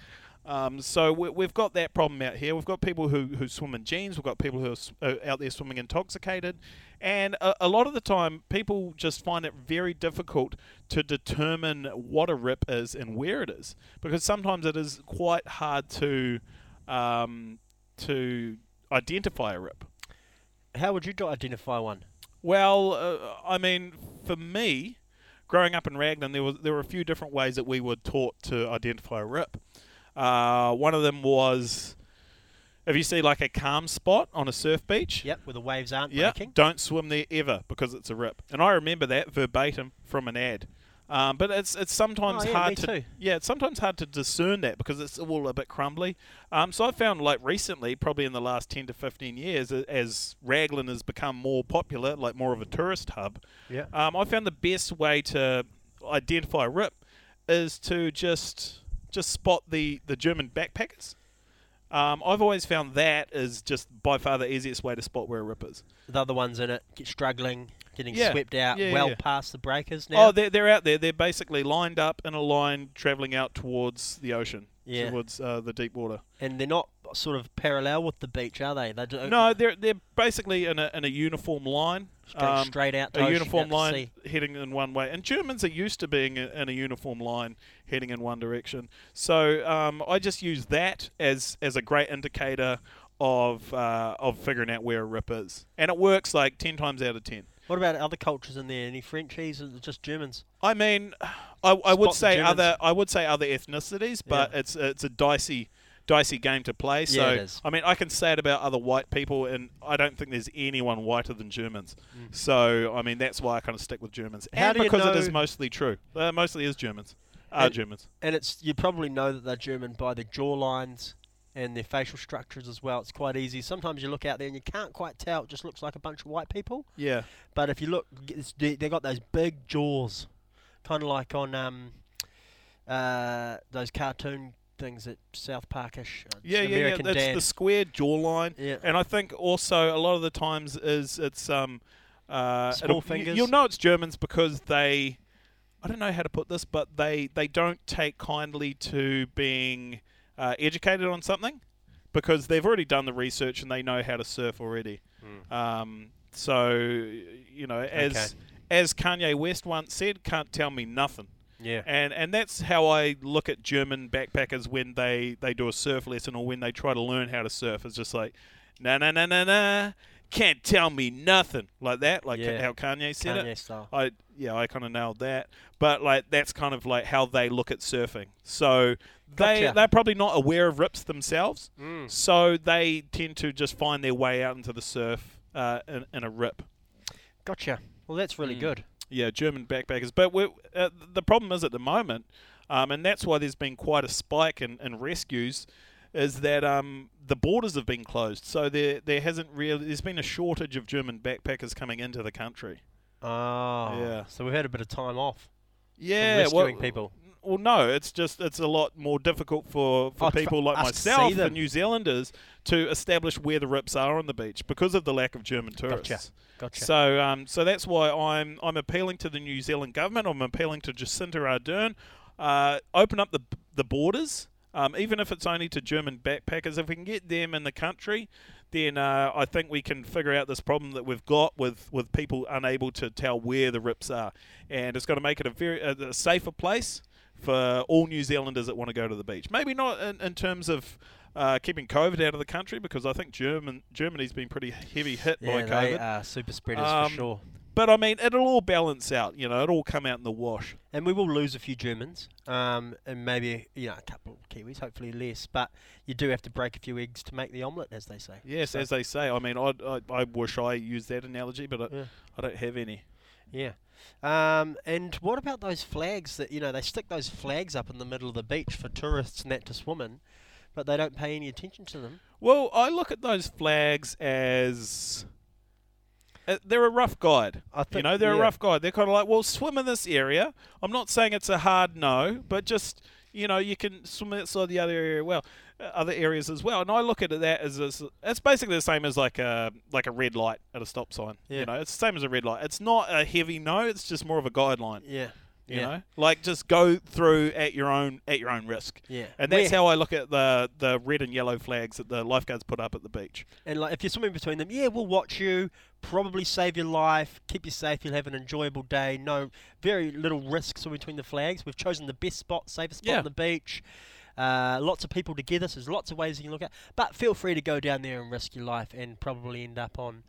Speaker 2: Um, so we, we've got that problem out here. We've got people who, who swim in jeans. We've got people who are s- uh, out there swimming intoxicated, and a, a lot of the time, people just find it very difficult to determine what a rip is and where it is, because sometimes it is quite hard to um, to identify a rip.
Speaker 1: How would you do- identify one?
Speaker 2: Well, uh, I mean, for me, growing up in Raglan, there was there were a few different ways that we were taught to identify a rip. Uh, one of them was if you see like a calm spot on a surf beach,
Speaker 1: Yep, where the waves aren't
Speaker 2: yeah,
Speaker 1: breaking.
Speaker 2: don't swim there ever because it's a rip. And I remember that verbatim from an ad. Um, but it's it's sometimes
Speaker 1: Oh, yeah,
Speaker 2: hard
Speaker 1: me
Speaker 2: to
Speaker 1: too.
Speaker 2: yeah it's sometimes hard to discern that because it's all a bit crumbly. Um, so I found like recently, probably in the last ten to fifteen years, a- as Raglan has become more popular, like more of a tourist hub,
Speaker 1: Yeah.
Speaker 2: um, I found the best way to identify a rip is to just just spot the the German backpackers. Um, I've always found that is just by far the easiest way to spot where a rip is.
Speaker 1: The other ones in it get struggling, getting
Speaker 2: Yeah.
Speaker 1: swept out,
Speaker 2: Yeah, yeah,
Speaker 1: well
Speaker 2: yeah.
Speaker 1: past the breakers now.
Speaker 2: Oh, they're, they're out there. They're basically lined up in a line, traveling out towards the ocean,
Speaker 1: Yeah.
Speaker 2: towards uh, the deep water.
Speaker 1: and they're not sort of parallel with the beach, are they? They do,
Speaker 2: No, they're they're basically in a in a uniform line.
Speaker 1: straight,
Speaker 2: um,
Speaker 1: straight out. To
Speaker 2: a
Speaker 1: ocean, out
Speaker 2: uniform
Speaker 1: to
Speaker 2: line
Speaker 1: sea.
Speaker 2: heading in one way. And Germans are used to being i- in a uniform line heading in one direction. So um, I just use that as as a great indicator of uh, of figuring out where a rip is, and it works like ten times out of ten.
Speaker 1: What about other cultures in there? Any Frenchies or just Germans?
Speaker 2: I mean, I, I would
Speaker 1: Spot the
Speaker 2: say
Speaker 1: Germans.
Speaker 2: other I would say other ethnicities, but
Speaker 1: Yeah.
Speaker 2: it's it's a dicey dicey game to play. So
Speaker 1: Yeah, it is.
Speaker 2: I mean, I can say it about other white people, and I don't think there's anyone whiter than Germans. So I mean, that's why I kind of stick with Germans,
Speaker 1: How
Speaker 2: and
Speaker 1: do you
Speaker 2: because it is
Speaker 1: know-
Speaker 2: mostly true. Uh, mostly is Germans. Are
Speaker 1: And-
Speaker 2: Germans?
Speaker 1: And it's you probably know that they're German by their jawlines and their facial structures as well. It's quite easy. Sometimes you look out there and you can't quite tell. It just looks like a bunch of white people.
Speaker 2: Yeah.
Speaker 1: But if you look, g- it's, they they got those big jaws, kind of like on um, uh, those cartoon things at South Parkish. uh,
Speaker 2: Yeah, yeah,
Speaker 1: American
Speaker 2: yeah. It's
Speaker 1: Dad.
Speaker 2: the square jawline,
Speaker 1: Yeah.
Speaker 2: and I think also a lot of the times is it's um, uh,
Speaker 1: Small
Speaker 2: it'll- you-
Speaker 1: fingers.
Speaker 2: You'll know it's Germans because they, I don't know how to put this, but they they don't take kindly to being uh, educated on something because they've already done the research and they know how to surf already. Um, so you know, as
Speaker 1: Okay.
Speaker 2: as Kanye West once said, "Can't tell me nothing."
Speaker 1: yeah.
Speaker 2: and and that's how I look at German backpackers when they they do a surf lesson or when they try to learn how to surf. It's just like, na na na na na, can't tell me nothing like that, like
Speaker 1: Yeah.
Speaker 2: how Kanye said it.
Speaker 1: Kanye style.
Speaker 2: I yeah, I kind of nailed that. But like that's kind of like how they look at surfing. So they
Speaker 1: Gotcha.
Speaker 2: they're probably not aware of rips themselves,
Speaker 1: Mm.
Speaker 2: so they tend to just find their way out into the surf uh, in, in a rip.
Speaker 1: Gotcha. Well, that's really
Speaker 2: Mm.
Speaker 1: good.
Speaker 2: Yeah, German backpackers. But we're, uh, the problem is at the moment, um, and that's why there's been quite a spike in, in rescues, is that um, the borders have been closed. So there there hasn't really there's been a shortage of German backpackers coming into the country.
Speaker 1: Oh.
Speaker 2: Yeah.
Speaker 1: So we had a bit of time off.
Speaker 2: Yeah,
Speaker 1: rescuing people.
Speaker 2: Well, no, it's just it's a lot more difficult for, for
Speaker 1: Oh, for
Speaker 2: people like
Speaker 1: us to see
Speaker 2: myself, the
Speaker 1: them.
Speaker 2: New Zealanders, to establish where the rips are on the beach because of the lack of German tourists.
Speaker 1: Gotcha.
Speaker 2: So, um, so that's why I'm I'm appealing to the New Zealand government. I'm appealing to Jacinta Ardern. Uh, open up the the borders, um, even if it's only to German backpackers. If we can get them in the country, then uh, I think we can figure out this problem that we've got with, with people unable to tell where the rips are, and it's going to make it a very a, a safer place for all New Zealanders that want to go to the beach. Maybe not in, in terms of. Uh, keeping COVID out of the country because I think German Germany's been pretty heavy hit
Speaker 1: yeah,
Speaker 2: by COVID.
Speaker 1: they are super spreaders
Speaker 2: Um,
Speaker 1: for sure.
Speaker 2: But I mean, it'll all balance out. You know, it'll all come out in the wash.
Speaker 1: And we will lose a few Germans, um, and maybe you know a couple of Kiwis, hopefully less. But you do have to break a few eggs to make the omelette, as they say.
Speaker 2: Yes,
Speaker 1: So,
Speaker 2: as they say. I mean, I'd, I I wish I used that analogy, but I,
Speaker 1: Yeah.
Speaker 2: I don't have any.
Speaker 1: yeah. Um, and what about those flags that you know they stick those flags up in the middle of the beach for tourists and that to swim in, but they don't pay any attention to them.
Speaker 2: Well, I look at those flags as uh, they're a rough guide.
Speaker 1: I
Speaker 2: You
Speaker 1: think-
Speaker 2: know, they're a
Speaker 1: yeah.
Speaker 2: rough guide. They're kind of like, well, swim in this area. I'm not saying it's a hard no, but just you know, you can swim outside the other area well, uh, other areas as well. And I look at it that as this, it's basically the same as like a like a red light at a stop sign.
Speaker 1: Yeah.
Speaker 2: You know, it's the same as a red light. It's not a heavy no. It's just more of a guideline.
Speaker 1: Yeah.
Speaker 2: You
Speaker 1: yeah.
Speaker 2: know, like just go through at your own at your own risk.
Speaker 1: Yeah.
Speaker 2: And that's
Speaker 1: We're-
Speaker 2: how I look at the the red and yellow flags that the lifeguards put up at the beach.
Speaker 1: And like, if you're swimming between them, yeah, we'll watch you. Probably save your life, keep you safe. You'll have an enjoyable day. No, very little risk swimming between the flags. We've chosen the best spot, safest spot
Speaker 2: Yeah.
Speaker 1: on the beach. Uh, lots of people together, so there's lots of ways you can look at. But feel free to go down there and risk your life, and probably end up on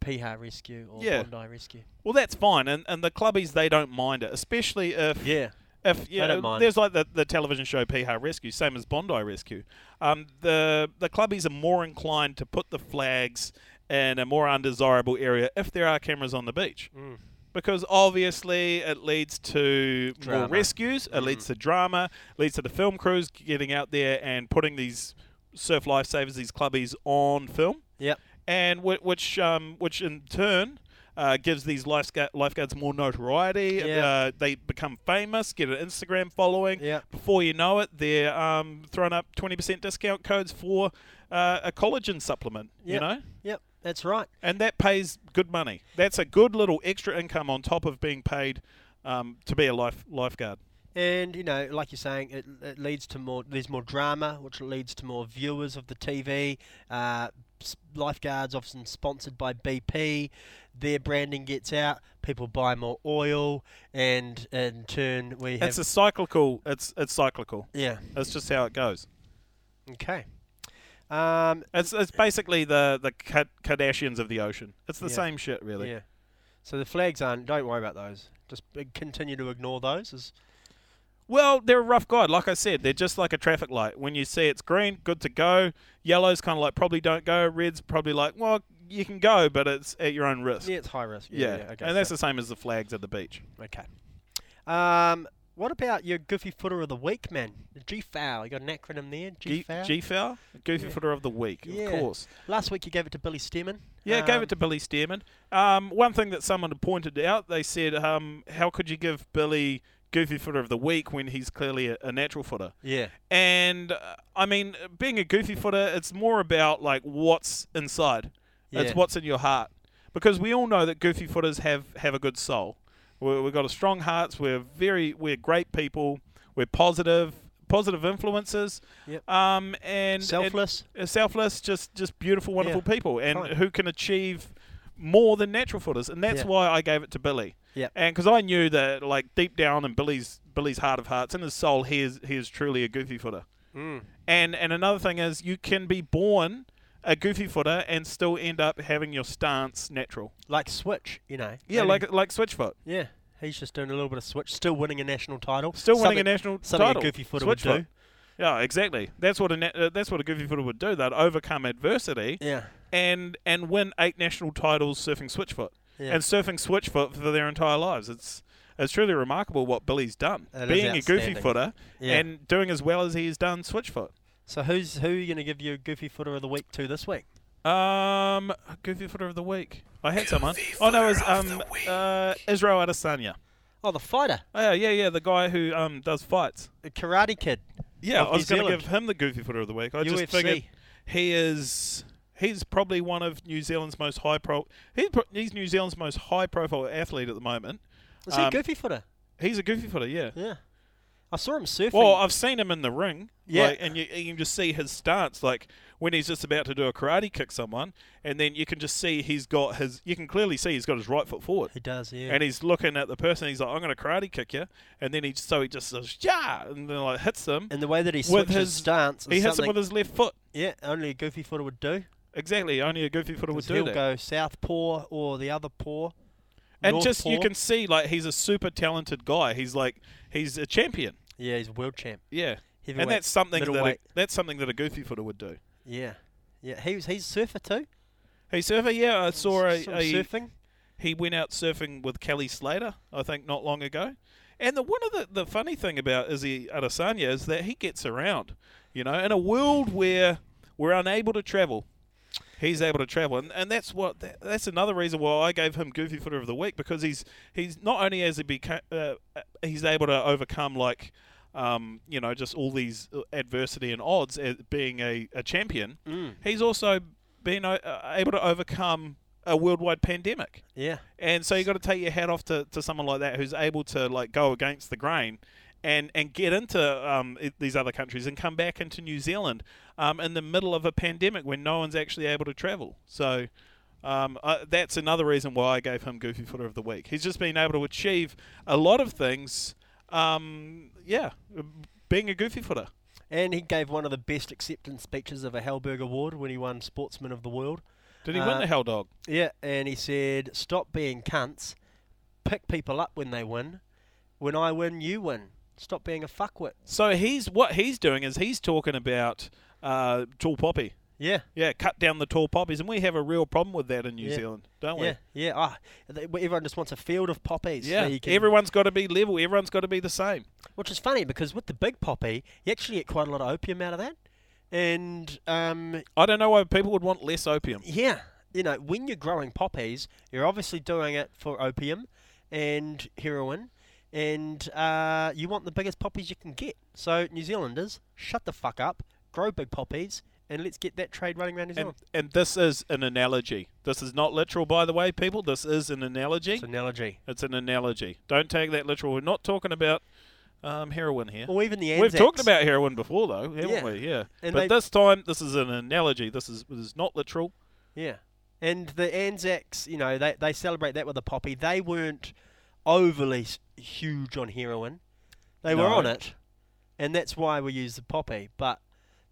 Speaker 1: Piha Rescue or
Speaker 2: Yeah.
Speaker 1: Bondi Rescue.
Speaker 2: Well, that's fine, and and the clubbies they don't mind it, especially if
Speaker 1: Yeah,
Speaker 2: if you
Speaker 1: They don't
Speaker 2: know,
Speaker 1: mind.
Speaker 2: there's like the, the television show Piha Rescue, same as Bondi Rescue. Um, the the clubbies are more inclined to put the flags in a more undesirable area if there are cameras on the beach.
Speaker 1: Mm.
Speaker 2: Because obviously it leads to more
Speaker 1: Drama. Mm.
Speaker 2: rescues, it leads to drama, leads to the film crews getting out there and putting these surf lifesavers, these clubbies on film
Speaker 1: yep,
Speaker 2: and whi- which um, which in turn uh, gives these lifesca- lifeguards more notoriety.
Speaker 1: Yeah.
Speaker 2: Uh, they become famous, get an Instagram following.
Speaker 1: Yeah.
Speaker 2: Before you know it, they're um, throwing up 20% discount codes for uh, a collagen supplement, you
Speaker 1: Yep.
Speaker 2: know?
Speaker 1: Yep, that's right.
Speaker 2: And that pays good money. That's a good little extra income on top of being paid um, to be a life lifeguard.
Speaker 1: And you know, like you're saying, it, it leads to more. There's more drama, which leads to more viewers of the TV. Uh, s- lifeguards often sponsored by BP. Their branding gets out. People buy more oil, and in turn we have
Speaker 2: It's a cyclical. It's it's cyclical.
Speaker 1: yeah.
Speaker 2: That's just how it goes.
Speaker 1: Okay. Um,
Speaker 2: It's it's basically the the Ka- Kardashians of the ocean. It's the
Speaker 1: Yeah.
Speaker 2: same shit, really.
Speaker 1: yeah. So the flags aren't. Don't worry about those. Just uh, continue to ignore those. Is
Speaker 2: Well, they're a rough guide. Like I said, they're just like a traffic light. When you see it's green, good to go. Yellow's kind of like probably don't go. Red's probably like well you can go, but it's at your own risk.
Speaker 1: yeah, it's high risk.
Speaker 2: Yeah.
Speaker 1: Yeah. yeah, okay.
Speaker 2: and that's
Speaker 1: so-
Speaker 2: the same as the flags at the beach.
Speaker 1: okay. Um, what about your goofy footer of the week, man? G foul. You got an acronym there. G
Speaker 2: G
Speaker 1: foul.
Speaker 2: G foul, goofy
Speaker 1: Yeah.
Speaker 2: footer of the week,
Speaker 1: Yeah.
Speaker 2: of course.
Speaker 1: Last week you gave it to Billy Stearman.
Speaker 2: Yeah, gave
Speaker 1: Um,
Speaker 2: it to Billy Stearman. Um, one thing that someone had pointed out, they said, um, how could you give Billy goofy footer of the week when he's clearly a, a natural footer?
Speaker 1: Yeah.
Speaker 2: And uh, I mean, being a goofy footer, it's more about like what's inside.
Speaker 1: Yeah.
Speaker 2: It's what's in your heart, because we all know that goofy footers have have a good soul. we we've got a strong hearts. We're very we're great people. We're positive positive influences.
Speaker 1: Yep.
Speaker 2: Um, and and-
Speaker 1: Selfless.
Speaker 2: uh, selfless, just just beautiful, wonderful people, and
Speaker 1: Fine.
Speaker 2: who can achieve more than natural footers, and that's
Speaker 1: Yeah.
Speaker 2: why I gave it to Billy.
Speaker 1: Yeah.
Speaker 2: and because I knew that, like deep down in Billy's Billy's heart of hearts, in his soul, he is he is truly a goofy footer.
Speaker 1: Mm.
Speaker 2: And and another thing is, you can be born a goofy footer and still end up having your stance natural.
Speaker 1: Like Switch, you know.
Speaker 2: Yeah,
Speaker 1: Maybe-
Speaker 2: like like Switchfoot,
Speaker 1: yeah. He's just doing a little bit of Switch, still winning a national title.
Speaker 2: still winning a
Speaker 1: Something-
Speaker 2: national
Speaker 1: something
Speaker 2: title.
Speaker 1: a goofy footer
Speaker 2: Switchfoot.
Speaker 1: would
Speaker 2: Yeah, exactly. That's what a na- uh, that's what a goofy footer would do. They'd overcome adversity.
Speaker 1: do. Yeah.
Speaker 2: and and win eight national titles surfing switchfoot
Speaker 1: Yeah.
Speaker 2: and surfing switchfoot for their entire lives. It's it's truly remarkable what Billy's done,
Speaker 1: That is
Speaker 2: being a goofy
Speaker 1: outstanding.
Speaker 2: footer
Speaker 1: Yeah.
Speaker 2: and doing as well as he's done switchfoot.
Speaker 1: so who's who are you going to give your goofy footer of the week to this week?
Speaker 2: Um, goofy footer of the week. I had someone. Oh no, it was um uh, Israel Adesanya.
Speaker 1: Oh, the fighter,
Speaker 2: Oh yeah, yeah, the guy who um does fights.
Speaker 1: the Karate Kid.
Speaker 2: Yeah,
Speaker 1: Of
Speaker 2: I
Speaker 1: New
Speaker 2: was going to
Speaker 1: Zealand.
Speaker 2: give him the goofy footer of the week. I
Speaker 1: UFC.
Speaker 2: just figured he is he's probably one of New Zealand's most high pro he's, pro- he's New Zealand's most high profile athlete at the moment.
Speaker 1: Is he a
Speaker 2: Um,
Speaker 1: goofy footer?
Speaker 2: He's a goofy footer, yeah.
Speaker 1: Yeah. I saw him surfing.
Speaker 2: Well, I've seen him in the ring,
Speaker 1: Yeah.
Speaker 2: like, and you, you can just see his stance, like when he's just about to do a karate kick someone, and then you can just see he's got his, you can clearly see he's got his right foot forward,
Speaker 1: he does, yeah.
Speaker 2: and he's looking at the person. He's like, "I'm going to karate kick you," and then he so he just says, "Yeah," and then like hits them.
Speaker 1: and the way that he
Speaker 2: with
Speaker 1: switches
Speaker 2: his-
Speaker 1: stance, is
Speaker 2: he hits him
Speaker 1: something-
Speaker 2: with his left foot.
Speaker 1: yeah, only a goofy footer would do.
Speaker 2: Exactly. Only a goofy footer would
Speaker 1: 'cause
Speaker 2: do
Speaker 1: he'll
Speaker 2: that.
Speaker 1: go south paw or the other paw.
Speaker 2: and
Speaker 1: north
Speaker 2: just you
Speaker 1: paw.
Speaker 2: can see like he's a super talented guy. He's like he's a champion.
Speaker 1: Yeah, he's a world champ.
Speaker 2: Yeah.
Speaker 1: Heavyweight,
Speaker 2: And that's something that a,
Speaker 1: middleweight.
Speaker 2: that's something that a goofy footer would do.
Speaker 1: Yeah, yeah. He was he's a surfer too.
Speaker 2: Hey surfer, yeah, I saw a,
Speaker 1: Sort of
Speaker 2: a
Speaker 1: surfing.
Speaker 2: he went out surfing with Kelly Slater, I think, not long ago. And the one of the, the funny thing about Izzy Adesanya is that he gets around. You know, in a world where we're unable to travel, he's able to travel, and, and that's what that, that's another reason why I gave him Goofy Footer of the Week because he's he's not only as he beca- uh, uh, he's able to overcome like. Um, you know, just all these uh, adversity and odds as being a, a champion.
Speaker 1: Mm.
Speaker 2: He's also been o- uh, able to overcome a worldwide pandemic.
Speaker 1: Yeah,
Speaker 2: And so you got to take your hat off to, to someone like that who's able to like go against the grain and and get into um, i- these other countries and come back into New Zealand um, in the middle of a pandemic when no one's actually able to travel. So um, uh, that's another reason why I gave him Goofy Footer of the Week. He's just been able to achieve a lot of things. Um, yeah, being a Goofy Footer.
Speaker 1: and he gave one of the best acceptance speeches of a Halberg Award when he won Sportsman of the World.
Speaker 2: Did he
Speaker 1: Uh,
Speaker 2: win the Hell Dog?
Speaker 1: Yeah, and he said, "Stop being cunts. Pick people up when they win. When I win, you win. Stop being a fuckwit."
Speaker 2: So he's what he's doing is he's talking about uh, Tall Poppy.
Speaker 1: Yeah,
Speaker 2: Yeah, cut down the tall poppies, and we have a real problem with that in New
Speaker 1: Yeah.
Speaker 2: Zealand, don't we?
Speaker 1: yeah, yeah. Ah, th- everyone just wants a field of poppies. that
Speaker 2: Yeah,
Speaker 1: you can-
Speaker 2: everyone's got to be level. Everyone's got to be the same.
Speaker 1: Which is funny because with the big poppy, you actually get quite a lot of opium out of that. And um,
Speaker 2: I don't know why people would want less opium.
Speaker 1: yeah, you know, when you're growing poppies, you're obviously doing it for opium and heroin, and uh, you want the biggest poppies you can get. So, New Zealanders, shut the fuck up, grow big poppies, and let's get that trade running around New
Speaker 2: And,
Speaker 1: Zealand.
Speaker 2: and this is an analogy. This is not literal, by the way, people. This is an analogy.
Speaker 1: It's an analogy.
Speaker 2: It's an analogy. Don't take that literal. We're not talking about um, heroin here.
Speaker 1: Or even the
Speaker 2: We've
Speaker 1: Anzacs.
Speaker 2: talked about heroin before, though, haven't
Speaker 1: Yeah.
Speaker 2: we? Yeah.
Speaker 1: And
Speaker 2: but
Speaker 1: they-
Speaker 2: this time, this is an analogy. This is, this is not literal.
Speaker 1: Yeah. And the Anzacs, you know, they, they celebrate that with a poppy. They weren't overly s- huge on heroin. They were
Speaker 2: No.
Speaker 1: on it. And that's why we use the poppy. But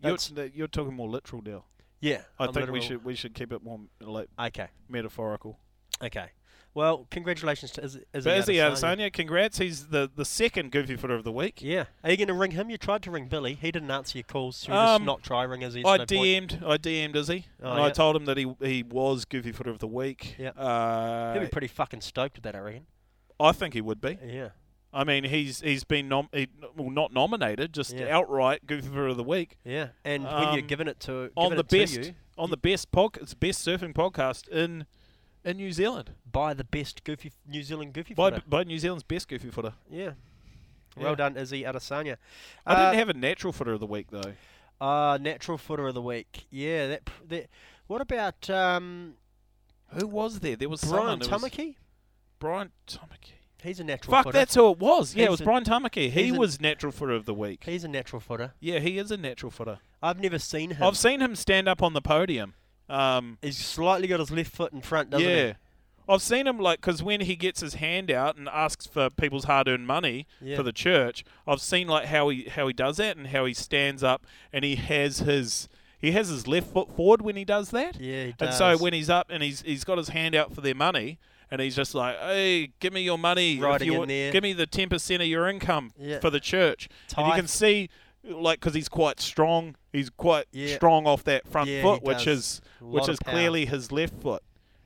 Speaker 2: You're,
Speaker 1: that's,
Speaker 2: you're talking more literal now.
Speaker 1: yeah.
Speaker 2: I
Speaker 1: I'm
Speaker 2: think we
Speaker 1: literal.
Speaker 2: should we should keep it more like
Speaker 1: Okay.
Speaker 2: metaphorical.
Speaker 1: Okay. Well, congratulations to Izzy Izzy
Speaker 2: But Izzy
Speaker 1: Adesanya.
Speaker 2: Adesanya, congrats. He's the, the second Goofy Footer of the week.
Speaker 1: Yeah. Are you going to ring him? You tried to ring Billy. He didn't answer your calls, so you
Speaker 2: Um,
Speaker 1: just not try ring Izzy.
Speaker 2: I
Speaker 1: It's no point.
Speaker 2: DM'd I DM'd Izzy,
Speaker 1: Oh,
Speaker 2: and I
Speaker 1: yeah.
Speaker 2: told him that he he was Goofy Footer of the week.
Speaker 1: Yeah. He'd
Speaker 2: Uh,
Speaker 1: be pretty fucking stoked with that, I reckon.
Speaker 2: I think he would be.
Speaker 1: Yeah.
Speaker 2: I mean, he's he's been nom- he, well not nominated, just
Speaker 1: Yeah.
Speaker 2: outright Goofy Footer of the week
Speaker 1: Yeah. And when you're
Speaker 2: Um,
Speaker 1: giving it to
Speaker 2: on
Speaker 1: giving
Speaker 2: the
Speaker 1: it to
Speaker 2: best
Speaker 1: you
Speaker 2: on the best pod, it's best surfing podcast in in New Zealand
Speaker 1: by the best goofy New Zealand goofy
Speaker 2: by
Speaker 1: footer.
Speaker 2: by New Zealand's best Goofy Footer.
Speaker 1: Yeah.
Speaker 2: Yeah.
Speaker 1: Well done, Izzy Adesanya.
Speaker 2: I
Speaker 1: uh,
Speaker 2: didn't have a natural footer of the week though.
Speaker 1: uh, natural footer of the week. Yeah, that. pr- that what about um,
Speaker 2: Who was there? There was
Speaker 1: Brian
Speaker 2: someone. It was
Speaker 1: Tamaki?
Speaker 2: Brian Tamaki.
Speaker 1: He's a natural
Speaker 2: Fuck,
Speaker 1: footer.
Speaker 2: that's who it was. Yeah, it
Speaker 1: He's
Speaker 2: was
Speaker 1: a-
Speaker 2: Brian Tamaki. He
Speaker 1: he's a-
Speaker 2: was natural footer of the week.
Speaker 1: He's a natural footer.
Speaker 2: yeah, he is a natural footer.
Speaker 1: I've never seen him.
Speaker 2: I've seen him stand up on the podium. Um,
Speaker 1: He's slightly got his left foot in front, doesn't
Speaker 2: yeah. I've seen him like because when he gets his hand out and asks for people's hard-earned money
Speaker 1: he? Yeah.
Speaker 2: for the church, I've seen like how he how he does that and how he stands up and he has his he has his left foot forward when he does that.
Speaker 1: yeah, he
Speaker 2: And
Speaker 1: does.
Speaker 2: so when he's up and he's he's got his hand out for their money and he's just like, "Hey, give me your money.
Speaker 1: Writing
Speaker 2: you
Speaker 1: in
Speaker 2: want-
Speaker 1: there.
Speaker 2: Give me the ten percent of your income
Speaker 1: Yeah.
Speaker 2: for the church." And you
Speaker 1: Tight.
Speaker 2: can see, like, because he's quite strong. He's quite
Speaker 1: Yeah.
Speaker 2: strong off that front
Speaker 1: Yeah, he
Speaker 2: foot, which
Speaker 1: does.
Speaker 2: is which
Speaker 1: Lot of
Speaker 2: is
Speaker 1: power.
Speaker 2: clearly his left foot.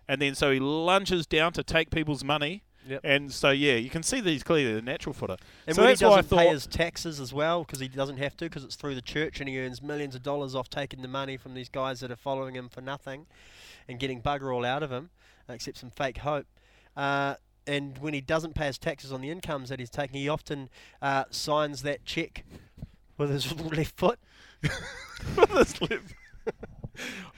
Speaker 2: And then so he lunges down to take people's money.
Speaker 1: Yep.
Speaker 2: And so yeah, you can see that he's clearly the natural footer.
Speaker 1: and
Speaker 2: so
Speaker 1: when he
Speaker 2: that's why I
Speaker 1: doesn't pay
Speaker 2: thought-
Speaker 1: his taxes as well, because he doesn't have to, because it's through the church, and he earns millions of dollars off taking the money from these guys that are following him for nothing, and getting bugger all out of him, except some fake hope. Uh, and when he doesn't pay his taxes on the incomes that he's taking, he often uh, signs that check with his left foot.
Speaker 2: With his left-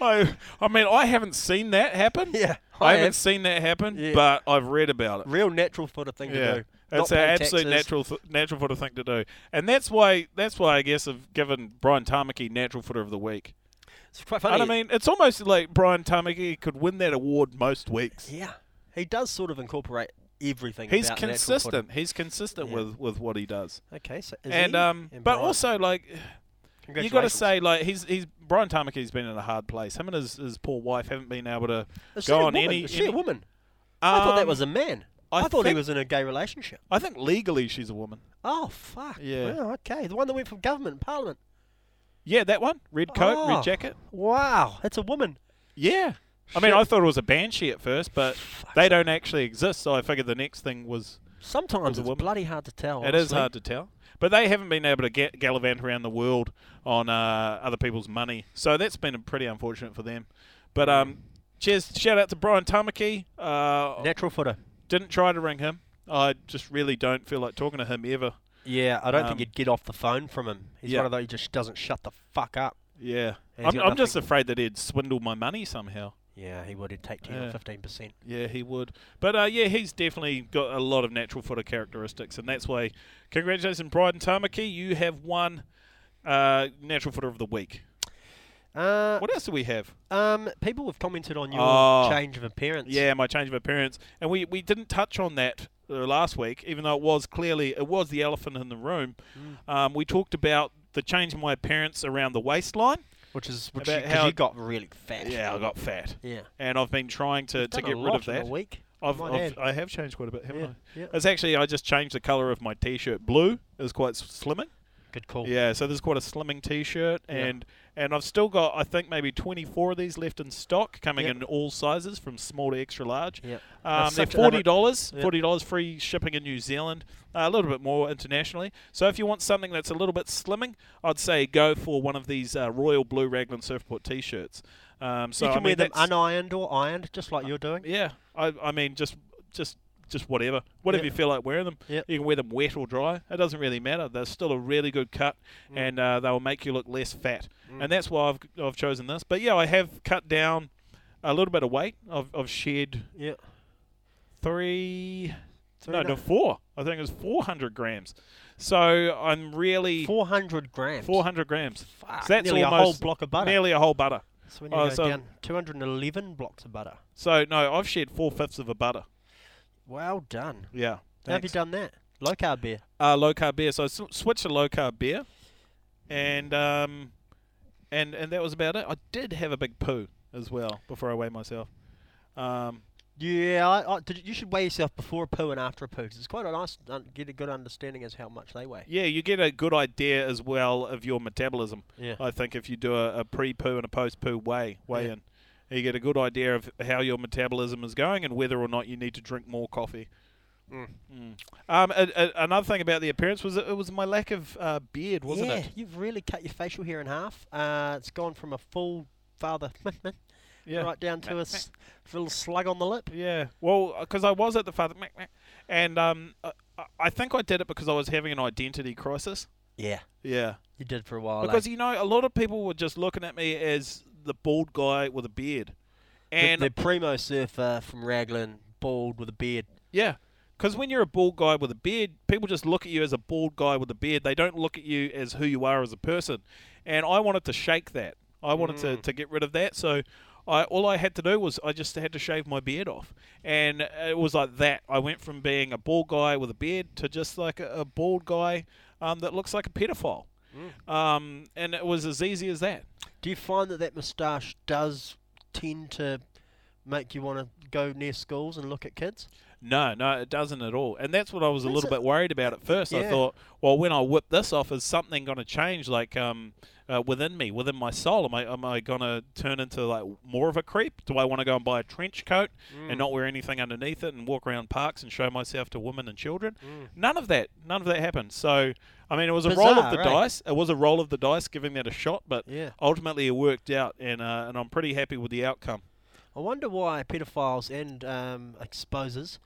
Speaker 2: I I mean I haven't seen that happen.
Speaker 1: Yeah,
Speaker 2: I, haven't seen that happen,
Speaker 1: Yeah.
Speaker 2: but I've read about it.
Speaker 1: Real natural footer thing
Speaker 2: Yeah,
Speaker 1: to do.
Speaker 2: It's
Speaker 1: Not
Speaker 2: an
Speaker 1: pay
Speaker 2: absolute
Speaker 1: taxes.
Speaker 2: natural, th- natural footer thing to do, and that's why that's why I guess I've given Brian Tamaki natural footer of the week.
Speaker 1: It's quite
Speaker 2: And
Speaker 1: funny.
Speaker 2: I mean, it's almost like Brian Tamaki could win that award most weeks.
Speaker 1: yeah, he does sort of incorporate everything.
Speaker 2: He's
Speaker 1: about natural footer.
Speaker 2: consistent. He's consistent
Speaker 1: Yeah.
Speaker 2: with, with what he does,
Speaker 1: Okay, so is
Speaker 2: and
Speaker 1: he?
Speaker 2: um,
Speaker 1: And
Speaker 2: but
Speaker 1: Brian.
Speaker 2: also like you got to
Speaker 1: Congratulations.
Speaker 2: say like he's he's Brian Tamaki's been in a hard place. Him and his, his poor wife haven't been able to.
Speaker 1: Is she
Speaker 2: go
Speaker 1: a
Speaker 2: on,
Speaker 1: woman?
Speaker 2: any-
Speaker 1: Is she a
Speaker 2: any-
Speaker 1: woman? I thought that
Speaker 2: Um,
Speaker 1: was a man.
Speaker 2: I
Speaker 1: I, thought he
Speaker 2: think-
Speaker 1: was in a gay relationship.
Speaker 2: I think legally she's a woman.
Speaker 1: Oh fuck.
Speaker 2: Yeah.
Speaker 1: Wow, okay. The one that went from government, parliament.
Speaker 2: Yeah, that one, red coat,
Speaker 1: Oh.
Speaker 2: red jacket.
Speaker 1: Wow, that's a woman.
Speaker 2: Yeah. I mean,
Speaker 1: Shit.
Speaker 2: I thought it was a banshee at first, but
Speaker 1: Fuck.
Speaker 2: they don't actually exist. So I figured the next thing was
Speaker 1: Sometimes
Speaker 2: a
Speaker 1: it's
Speaker 2: woman.
Speaker 1: bloody hard to tell.
Speaker 2: it is hard to tell. But they haven't been able to get gallivant around the world on uh, other people's money, so that's been pretty unfortunate for them. But um, cheers! Shout out to Brian Tamaki. Uh,
Speaker 1: Natural footer.
Speaker 2: didn't try to ring him. I just really don't feel like talking to him ever.
Speaker 1: Yeah, I don't
Speaker 2: Um,
Speaker 1: think you'd get off the phone from him. He's
Speaker 2: yeah.
Speaker 1: one of those who just doesn't shut the fuck up.
Speaker 2: Yeah,
Speaker 1: And he's
Speaker 2: I'm,
Speaker 1: got
Speaker 2: I'm just
Speaker 1: nothing-
Speaker 2: afraid that he'd swindle my money somehow.
Speaker 1: Yeah, he would. He'd take ten
Speaker 2: Yeah.
Speaker 1: or fifteen percent.
Speaker 2: Yeah, he would. But uh, yeah, he's definitely got a lot of natural footer characteristics, and that's why. Congratulations, Bryden Tamaki. You have won uh, natural footer of the week.
Speaker 1: Uh,
Speaker 2: What else do we have?
Speaker 1: um, people have commented on your
Speaker 2: Oh.
Speaker 1: change of appearance.
Speaker 2: Yeah, my change of appearance, and we we didn't touch on that uh, last week, even though it was clearly it was the elephant in the room.
Speaker 1: Mm.
Speaker 2: Um, we talked about the change in my appearance around the waistline.
Speaker 1: which is which
Speaker 2: About
Speaker 1: you,
Speaker 2: how-
Speaker 1: cause you got really fat.
Speaker 2: Yeah, I got fat,
Speaker 1: yeah.
Speaker 2: and I've been trying to,
Speaker 1: You've
Speaker 2: to
Speaker 1: done a
Speaker 2: get rid
Speaker 1: lot
Speaker 2: of
Speaker 1: in a
Speaker 2: that.
Speaker 1: week.
Speaker 2: I've,
Speaker 1: might
Speaker 2: I've
Speaker 1: add.
Speaker 2: I have changed quite a bit, haven't
Speaker 1: Yeah,
Speaker 2: I?
Speaker 1: yeah.
Speaker 2: It's actually I just changed the color of my t-shirt. Blue is quite s- slimming.
Speaker 1: Good call.
Speaker 2: Yeah, so there's quite a slimming t-shirt,
Speaker 1: Yeah.
Speaker 2: and and I've still got I think maybe 24 of these left in stock, coming
Speaker 1: Yep.
Speaker 2: in all sizes from small to extra large.
Speaker 1: Yeah.
Speaker 2: Um,
Speaker 1: That's
Speaker 2: they're
Speaker 1: such another-
Speaker 2: forty dollars,
Speaker 1: Yeah.
Speaker 2: forty dollars free shipping in New Zealand, uh, a little bit more internationally. So if you want something that's a little bit slimming, I'd say go for one of these uh, Royal Blue Raglan Surfport t-shirts. Um, so
Speaker 1: you
Speaker 2: I
Speaker 1: can
Speaker 2: mean,
Speaker 1: wear them
Speaker 2: that's- Uh,
Speaker 1: unironed or ironed, just like you're doing.
Speaker 2: Yeah, I, I mean, just just just whatever, whatever
Speaker 1: Yep.
Speaker 2: you feel like wearing them.
Speaker 1: Yep.
Speaker 2: You can wear them wet or dry. It doesn't really matter. They're still a really good cut,
Speaker 1: Mm.
Speaker 2: and uh, they will make you look less fat.
Speaker 1: Mm.
Speaker 2: And that's why I've I've chosen this. But yeah, I have cut down a little bit of weight. I've I've shed
Speaker 1: Yeah.
Speaker 2: three,
Speaker 1: Three
Speaker 2: no,
Speaker 1: and a-
Speaker 2: no, four. I think it was four hundred grams. So I'm really
Speaker 1: 400 grams.
Speaker 2: four hundred grams,
Speaker 1: Fuck,
Speaker 2: So that's
Speaker 1: nearly a whole
Speaker 2: almost
Speaker 1: block of butter.
Speaker 2: nearly a whole butter.
Speaker 1: so we need to
Speaker 2: oh,
Speaker 1: go
Speaker 2: so-
Speaker 1: down 211 blocks of butter.
Speaker 2: So no, I've shed four fifths of a butter.
Speaker 1: Well done.
Speaker 2: Yeah.
Speaker 1: How have you
Speaker 2: thanks.
Speaker 1: done that? Low carb beer.
Speaker 2: uh, low carb beer. So I sw- switched to low carb beer, and um, and and that was about it. I did have a big poo as well before I weighed myself. Um,
Speaker 1: Yeah, I, I, did, you should weigh yourself before a poo and after a poo 'cause it's quite a nice un, get a good understanding as how much they weigh.
Speaker 2: yeah, you get a good idea as well of your metabolism.
Speaker 1: Yeah.
Speaker 2: I think if you do a, a pre poo and a post poo weigh weigh
Speaker 1: Yeah.
Speaker 2: in, you get a good idea of how your metabolism is going and whether or not you need to drink more coffee.
Speaker 1: Mm.
Speaker 2: Mm. Um, a, a, another thing about the appearance was it, it was my lack of uh, beard, wasn't
Speaker 1: yeah,
Speaker 2: it?
Speaker 1: you've really cut your facial hair in half. Uh, it's gone from a full father
Speaker 2: Yeah.
Speaker 1: right down to a s- little slug on the lip.
Speaker 2: Yeah. Well, because I was at the father, meh, meh, and um, I, I think I did it because I was having an identity crisis.
Speaker 1: Yeah,
Speaker 2: Yeah.
Speaker 1: you did for a while. eh?
Speaker 2: Because you know, a lot of people were just looking at me as the bald guy with a beard, and
Speaker 1: the, the primo surfer from Raglan, bald with a beard.
Speaker 2: yeah, because when you're a bald guy with a beard, people just look at you as a bald guy with a beard. They don't look at you as who you are as a person. And I wanted to shake that. I wanted to,
Speaker 1: Mm.
Speaker 2: to get rid of that. So. I, all I had to do was I just had to shave my beard off, and it was like that. I went from being a bald guy with a beard to just like a, a bald guy um, that looks like a pedophile, um, and it was as easy as that.
Speaker 1: Do you find that that moustache does tend to make you want to go near schools and look at kids?
Speaker 2: No, no, it doesn't at all. And that's what I was a
Speaker 1: That's
Speaker 2: little
Speaker 1: a-
Speaker 2: bit worried about at first. I
Speaker 1: Yeah.
Speaker 2: thought, well, when I whip this off, is something going to change, like um, uh, within me, within my soul? Am I am I going to turn into like more of a creep? Do I want to go and buy a trench coat
Speaker 1: Mm.
Speaker 2: and not wear anything underneath it and walk around parks and show myself to women and children? None of that. None of that happened. So, I mean, it was a roll of
Speaker 1: Bizarre,
Speaker 2: the
Speaker 1: eh?
Speaker 2: dice. It was a roll of the dice, giving that a shot. But
Speaker 1: Yeah.
Speaker 2: ultimately, it worked out, and uh, and I'm pretty happy with the outcome.
Speaker 1: I wonder why pedophiles and um, exposers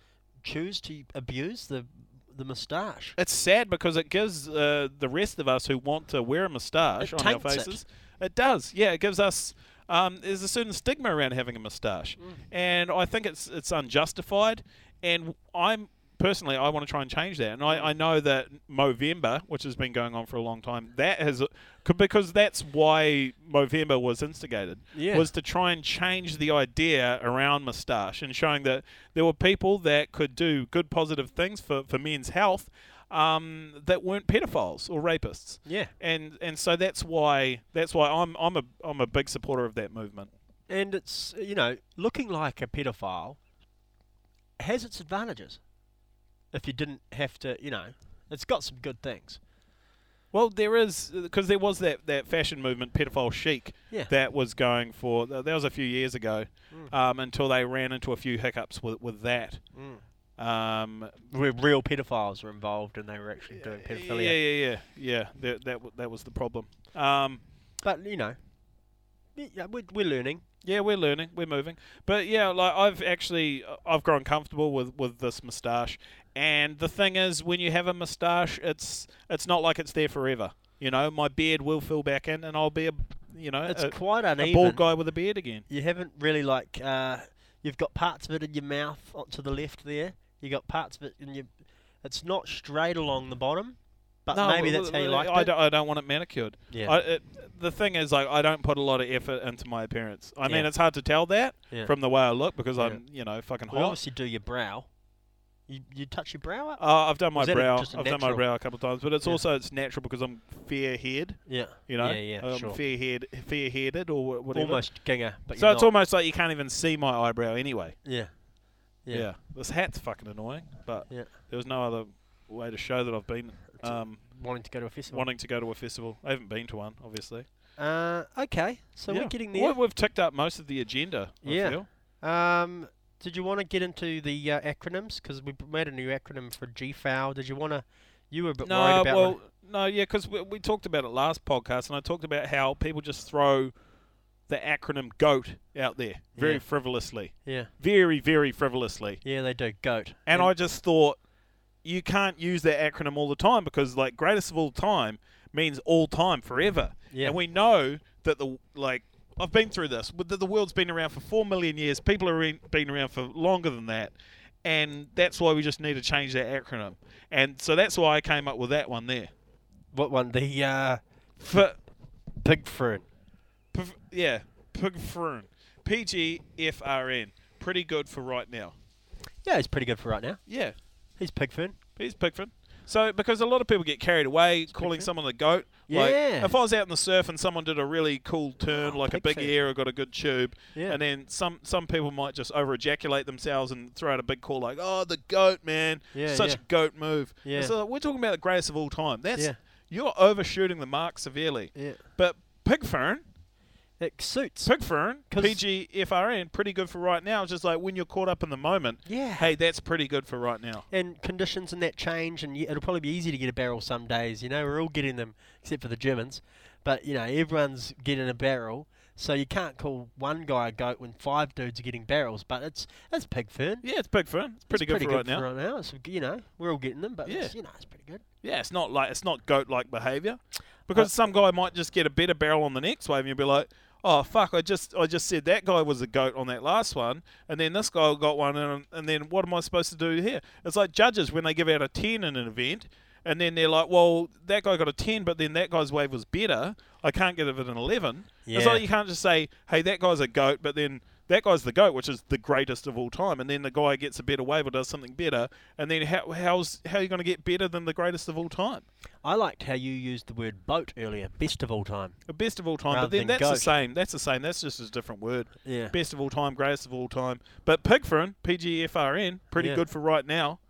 Speaker 1: choose to abuse the the moustache.
Speaker 2: It's sad because it gives uh, the rest of us who want to wear a moustache
Speaker 1: It
Speaker 2: on our
Speaker 1: taints it.
Speaker 2: faces. It. does, yeah. It gives us. Um, there's a certain stigma around having a moustache,
Speaker 1: Mm.
Speaker 2: and I think it's it's unjustified. And I'm personally, I want to try and change that. And
Speaker 1: Mm.
Speaker 2: I, I know that Movember, which has been going on for a long time, that has c- because that's why Movember was instigated
Speaker 1: Yeah.
Speaker 2: was to try and change the idea around moustache and showing that there were people that could do good positive things for, for men's health um, that weren't pedophiles or rapists.
Speaker 1: Yeah.
Speaker 2: And and so that's why that's why I'm I'm a I'm a big supporter of that movement.
Speaker 1: And it's you know looking like a pedophile has its advantages. If you didn't have to, you know, it's got some good things.
Speaker 2: Well, there is because there was that, that fashion movement, pedophile chic,
Speaker 1: Yeah.
Speaker 2: that was going for that was a few years ago, um, until they ran into a few hiccups with with that.
Speaker 1: Mm.
Speaker 2: Um,
Speaker 1: Where real pedophiles were involved and they were actually doing pedophilia.
Speaker 2: Yeah, yeah, yeah, yeah. That that w- that was the problem. Um,
Speaker 1: But you know, y- yeah, we're, we're learning.
Speaker 2: yeah, we're learning, we're moving, but yeah, like I've actually I've grown comfortable with with this moustache, and the thing is, when you have a moustache, it's it's not like it's there forever. You know, my beard will fill back in, and I'll be a you know
Speaker 1: It's
Speaker 2: a,
Speaker 1: quite
Speaker 2: a
Speaker 1: uneven.
Speaker 2: bald guy with a beard again.
Speaker 1: You haven't really like uh, you've got parts of it in your mouth o- to the left there. You got parts of it in your. It's not straight along the bottom, but Uh, maybe that's how you like
Speaker 2: uh, I
Speaker 1: it.
Speaker 2: Don't, I don't want it manicured.
Speaker 1: Yeah.
Speaker 2: I, it, the thing is, like, I don't put a lot of effort into my appearance. I mean,
Speaker 1: Yeah.
Speaker 2: it's hard to tell that
Speaker 1: Yeah.
Speaker 2: from the way I look because
Speaker 1: Yeah.
Speaker 2: I'm, you know, fucking
Speaker 1: we
Speaker 2: hot.
Speaker 1: obviously do your brow. You you touch your brow up.
Speaker 2: Uh, I've done my
Speaker 1: Was that a-
Speaker 2: brow.
Speaker 1: just a
Speaker 2: I've done my
Speaker 1: natural?
Speaker 2: brow a couple of times, but it's
Speaker 1: Yeah.
Speaker 2: also it's natural because I'm fair haired.
Speaker 1: yeah.
Speaker 2: You know,
Speaker 1: Yeah, yeah,
Speaker 2: um,
Speaker 1: sure.
Speaker 2: fair haired, fair headed, or wha- whatever.
Speaker 1: Almost ginger, but
Speaker 2: So
Speaker 1: you're
Speaker 2: it's
Speaker 1: not.
Speaker 2: almost like you can't even see my eyebrow anyway.
Speaker 1: yeah.
Speaker 2: Yeah. This hat's fucking annoying, but
Speaker 1: Yeah.
Speaker 2: there was no other way to show that I've been
Speaker 1: a-
Speaker 2: um,
Speaker 1: Wanting to go to a festival.
Speaker 2: wanting to go to a festival. I haven't been to one, obviously.
Speaker 1: Uh, okay, so
Speaker 2: Yeah.
Speaker 1: we're getting
Speaker 2: Well,
Speaker 1: there.
Speaker 2: we've ticked up most of the agenda. I
Speaker 1: Yeah.
Speaker 2: feel.
Speaker 1: Um, did you want to get into the uh, acronyms? Because we b- made a new acronym for GFAL. Did you want to? You were a bit worried
Speaker 2: No,
Speaker 1: about.
Speaker 2: well, no, yeah, because we, we talked about it last podcast, and I talked about how people just throw the acronym GOAT out there very
Speaker 1: Yeah.
Speaker 2: frivolously.
Speaker 1: Yeah.
Speaker 2: Very, very frivolously.
Speaker 1: Yeah, they do. Goat.
Speaker 2: And I just thought you can't use that acronym all the time because like greatest of all time means all time forever.
Speaker 1: Yeah.
Speaker 2: And we know that the like I've been through this. but that The world's been around for four million years. People have been- been around for longer than that, and that's why we just need to change that acronym. And so that's why I came up with that one there.
Speaker 1: What one? The uh,
Speaker 2: For
Speaker 1: pig fern.
Speaker 2: Pf- yeah, Pigfrun. P G F R N. Pretty good for right now.
Speaker 1: Yeah, he's pretty good for right now.
Speaker 2: Yeah,
Speaker 1: He's pig fern.
Speaker 2: he's Pigfrun. So because a lot of people get carried away calling
Speaker 1: Pigfrin.
Speaker 2: someone the goat. Like,
Speaker 1: Yeah.
Speaker 2: if I was out in the surf and someone did a really cool turn,
Speaker 1: Oh,
Speaker 2: like a big
Speaker 1: Pigfrin.
Speaker 2: air or got a good tube,
Speaker 1: Yeah.
Speaker 2: and then some some people might just over ejaculate themselves and throw out a big call like, "Oh, the goat, man!
Speaker 1: Yeah,
Speaker 2: Such
Speaker 1: yeah.
Speaker 2: a goat move."
Speaker 1: Yeah.
Speaker 2: So we're talking about the greatest of all time. That's
Speaker 1: Yeah.
Speaker 2: you're overshooting the mark severely.
Speaker 1: Yeah.
Speaker 2: But Pigfern,
Speaker 1: It suits.
Speaker 2: Pigfern,
Speaker 1: 'Cause-
Speaker 2: PGFRN, pretty good for right now. It's Just like when you're caught up in the moment,
Speaker 1: Yeah.
Speaker 2: hey, that's pretty good for right now.
Speaker 1: And conditions and that change, and y- it'll probably be easy to get a barrel some days. You know, we're all getting them, except for the Germans. But you know, everyone's getting a barrel, so you can't call one guy a goat when five dudes are getting barrels. But it's it's pig fern.
Speaker 2: Yeah, it's Pigfern. It's pretty
Speaker 1: it's
Speaker 2: good
Speaker 1: pretty
Speaker 2: for right
Speaker 1: good
Speaker 2: now.
Speaker 1: for right now. It's, you know, we're all getting them, but
Speaker 2: Yeah.
Speaker 1: it's, you know, it's pretty good.
Speaker 2: Yeah, it's not like it's not goat-like behavior, because
Speaker 1: Uh,
Speaker 2: some guy might just get a better barrel on the next wave, and you'll be like, oh fuck, I just I just said that guy was a goat on that last one, and then this guy got one, and, and then what am I supposed to do here? It's like judges when they give out a ten in an event. And then they're like, well, that guy got a 10, but then that guy's wave was better. I can't give it an 11. It's
Speaker 1: Yeah.
Speaker 2: like you can't just say, hey, that guy's a goat, but then that guy's the goat, which is the greatest of all time. And then the guy gets a better wave or does something better. And then how, how's, how are you going to get better than the greatest of all time?
Speaker 1: I liked how you used the word boat earlier. Best of all time.
Speaker 2: The best of all time.
Speaker 1: Rather
Speaker 2: but then
Speaker 1: than
Speaker 2: that's the
Speaker 1: goat.
Speaker 2: same. That's the same. That's just a different word.
Speaker 1: Yeah.
Speaker 2: Best of all time, greatest of all time. But Pigfrin, PGFRN, pretty
Speaker 1: Yeah.
Speaker 2: good for right now.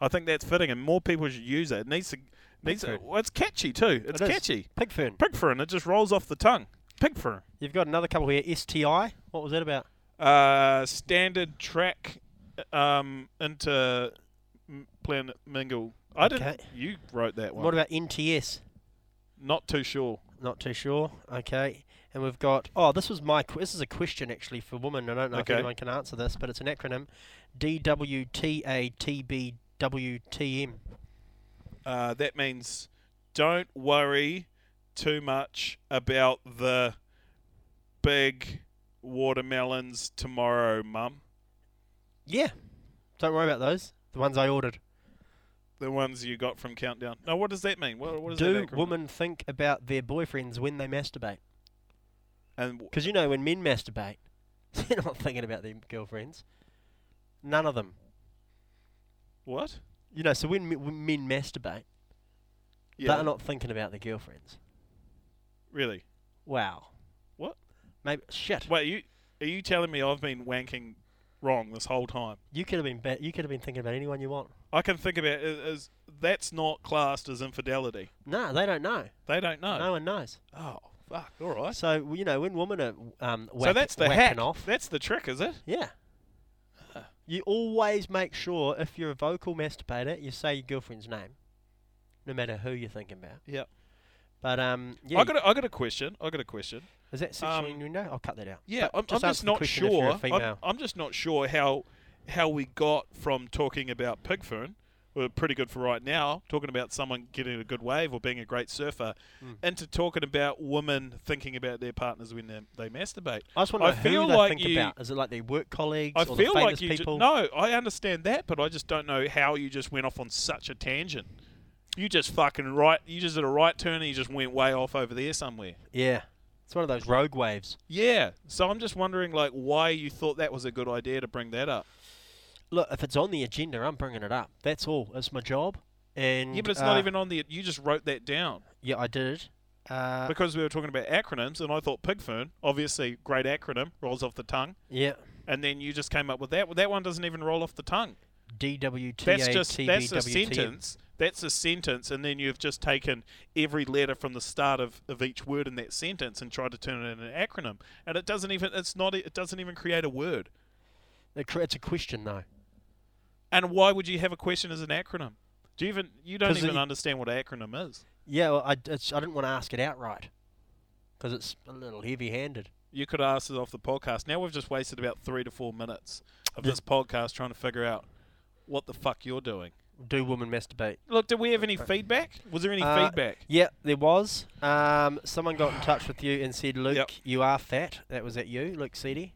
Speaker 2: I think that's fitting, and more people should use it. It needs to. Needs to,
Speaker 1: Pigfrin.
Speaker 2: well, it's catchy too. It's
Speaker 1: It is.
Speaker 2: catchy.
Speaker 1: Pig fern.
Speaker 2: Pigfrin. It just rolls off the tongue. Pigfrin.
Speaker 1: You've got another couple here. STI. What was that about?
Speaker 2: Uh, standard track um, into M- Planet Mingle. I didn't.
Speaker 1: Okay.
Speaker 2: You wrote that one.
Speaker 1: What about NTS?
Speaker 2: Not too sure.
Speaker 1: Not too sure. Okay. And we've got oh, this was my qu- this is a question actually for women. I don't know
Speaker 2: Okay.
Speaker 1: if anyone can answer this, but it's an acronym, DWTATBWTM.
Speaker 2: Uh, that means don't worry too much about the big watermelons tomorrow, mum.
Speaker 1: Yeah. Don't worry about those. The ones I ordered.
Speaker 2: The ones you got from Countdown. No, what does that mean? What, what is
Speaker 1: Do
Speaker 2: that acronym?
Speaker 1: women think about their boyfriends when they masturbate?
Speaker 2: And w-
Speaker 1: Because you know when men masturbate, they're not thinking about their girlfriends. None of them.
Speaker 2: what?
Speaker 1: You know, so when, me- when men masturbate,
Speaker 2: Yeah.
Speaker 1: they're not thinking about their girlfriends.
Speaker 2: really?
Speaker 1: Wow.
Speaker 2: What?
Speaker 1: Maybe shit.
Speaker 2: Wait, you are you telling me I've been wanking wrong this whole time?
Speaker 1: You could have been ba- you could have been thinking about anyone you want.
Speaker 2: I can think about it as that's not classed as infidelity.
Speaker 1: No, they don't know.
Speaker 2: They don't know.
Speaker 1: No one knows.
Speaker 2: Oh, fuck. All right.
Speaker 1: So w- you know when women are um
Speaker 2: so
Speaker 1: whack-
Speaker 2: that's the
Speaker 1: whacking
Speaker 2: hack.
Speaker 1: off.
Speaker 2: That's the trick, is it?
Speaker 1: yeah. You always make sure if you're a vocal masturbator, you say your girlfriend's name, no matter who you're thinking about.
Speaker 2: Yep.
Speaker 1: But um, yeah,
Speaker 2: I got a, I got a question. I got a question.
Speaker 1: is that sexual
Speaker 2: um,
Speaker 1: innuendo? I'll cut that out.
Speaker 2: Yeah,
Speaker 1: But
Speaker 2: I'm just,
Speaker 1: answer
Speaker 2: I'm just
Speaker 1: the
Speaker 2: not
Speaker 1: question if you're a
Speaker 2: sure. I'm,
Speaker 1: female.
Speaker 2: I'm just not sure how how we got from talking about pigfern, we're pretty good for right now, talking about someone getting a good wave or being a great surfer,
Speaker 1: Hmm.
Speaker 2: into talking about women thinking about their partners when they, they masturbate.
Speaker 1: I just want to
Speaker 2: I
Speaker 1: know who
Speaker 2: feel
Speaker 1: they
Speaker 2: like
Speaker 1: think
Speaker 2: you-
Speaker 1: about. Is it like their work colleagues
Speaker 2: I
Speaker 1: or
Speaker 2: feel
Speaker 1: the famous
Speaker 2: like you ju-
Speaker 1: people?
Speaker 2: no, I understand that, but I just don't know how you just went off on such a tangent. You just fucking right. You just did a right turn and you just went way off over there somewhere.
Speaker 1: Yeah, it's one of those rogue waves.
Speaker 2: Yeah. So I'm just wondering, like, why you thought that was a good idea to bring that up.
Speaker 1: Look, if it's on the agenda, I'm bringing it up. That's all. It's my job. And
Speaker 2: Yeah, but it's
Speaker 1: uh,
Speaker 2: not even on the. You just wrote that down
Speaker 1: Yeah, I did. Uh,
Speaker 2: because we were talking about acronyms, and I thought Pigfern, obviously great acronym, rolls off the tongue,
Speaker 1: yeah,
Speaker 2: and then you just came up with that. Well, that one doesn't even roll off the tongue.
Speaker 1: DWTA.
Speaker 2: That's just that's a sentence. That's a sentence, and then you've just taken every letter from the start of, of each word in that sentence and tried to turn it into an acronym, and it doesn't even. It's not. It doesn't even create a word.
Speaker 1: It cr- It's a question though.
Speaker 2: And why would you have a question as an acronym? Do you even? You don't
Speaker 1: 'Cause
Speaker 2: even
Speaker 1: it-
Speaker 2: understand what an acronym is.
Speaker 1: Yeah, well, I, d- it's, I didn't want to ask it outright because it's a little heavy-handed.
Speaker 2: You could ask us off the podcast. Now we've just wasted about three to four minutes of
Speaker 1: Yeah.
Speaker 2: this podcast trying to figure out what the fuck you're doing.
Speaker 1: Do women masturbate?
Speaker 2: Look, did we have any feedback? Was there any
Speaker 1: Uh,
Speaker 2: feedback?
Speaker 1: Yeah, there was. Um, someone got in touch with you and said, Luke,
Speaker 2: Yep.
Speaker 1: you are fat. That was at you, Luke Seedy.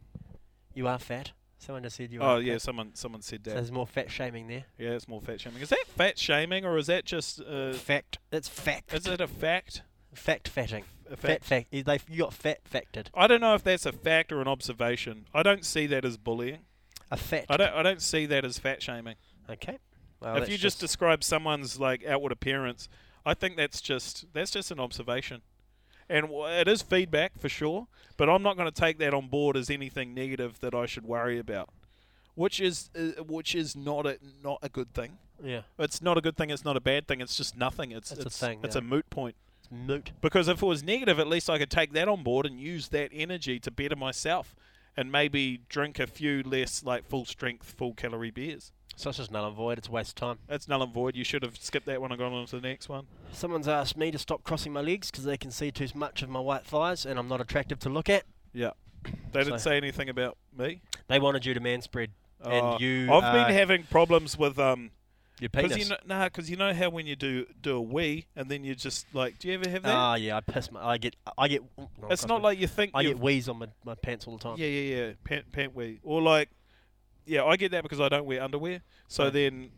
Speaker 1: You are fat. Someone just said you are.
Speaker 2: Oh yeah,
Speaker 1: fat.
Speaker 2: someone someone said
Speaker 1: So
Speaker 2: that.
Speaker 1: there's more fat shaming there.
Speaker 2: yeah, it's more fat shaming. Is that fat shaming or is that just uh,
Speaker 1: fact. That's fact.
Speaker 2: is it a fact?
Speaker 1: fact fatting.
Speaker 2: A
Speaker 1: Fat fact. You- They you got fat facted.
Speaker 2: I don't know if that's a fact or an observation. I don't see that as bullying.
Speaker 1: A fact.
Speaker 2: I don't I don't see that as fat shaming.
Speaker 1: Okay. Well,
Speaker 2: if
Speaker 1: that's
Speaker 2: you just, describe someone's like outward appearance, I think that's just that's just an observation, and w- it is feedback for sure. But I'm not going to take that on board as anything negative that I should worry about, which is uh, which is not a not a good thing.
Speaker 1: yeah,
Speaker 2: It's not a good thing. It's not a bad thing. It's just nothing. It's
Speaker 1: It's a
Speaker 2: it's
Speaker 1: thing,
Speaker 2: It's
Speaker 1: yeah.
Speaker 2: a moot point.
Speaker 1: it's moot.
Speaker 2: Because if it was negative, at least I could take that on board and use that energy to better myself, and maybe drink a few less like full strength, full calorie beers.
Speaker 1: So it's just null and void. It's a waste of time.
Speaker 2: That's null and void. You should have skipped that one and gone on to the next one.
Speaker 1: Someone's asked me to stop crossing my legs because they can see too much of my white thighs, and I'm not attractive to look at.
Speaker 2: Yeah. They didn't
Speaker 1: So-
Speaker 2: say anything about me.
Speaker 1: They wanted you to man spread
Speaker 2: Oh,
Speaker 1: and you.
Speaker 2: I've
Speaker 1: uh,
Speaker 2: been having problems with um
Speaker 1: your penis.
Speaker 2: because you know nah, 'cause you know how when you do do a wee and then you just like do you ever have that?
Speaker 1: Ah, yeah, I piss my. I get. I get. oh, no,
Speaker 2: it's
Speaker 1: cross
Speaker 2: not
Speaker 1: my-
Speaker 2: like you think
Speaker 1: I
Speaker 2: you've-
Speaker 1: get wheeze on my, my pants all the time.
Speaker 2: Yeah, yeah, yeah. Pant, pant wee. Or like, yeah, I get that because I don't wear underwear. So
Speaker 1: Yeah.
Speaker 2: then,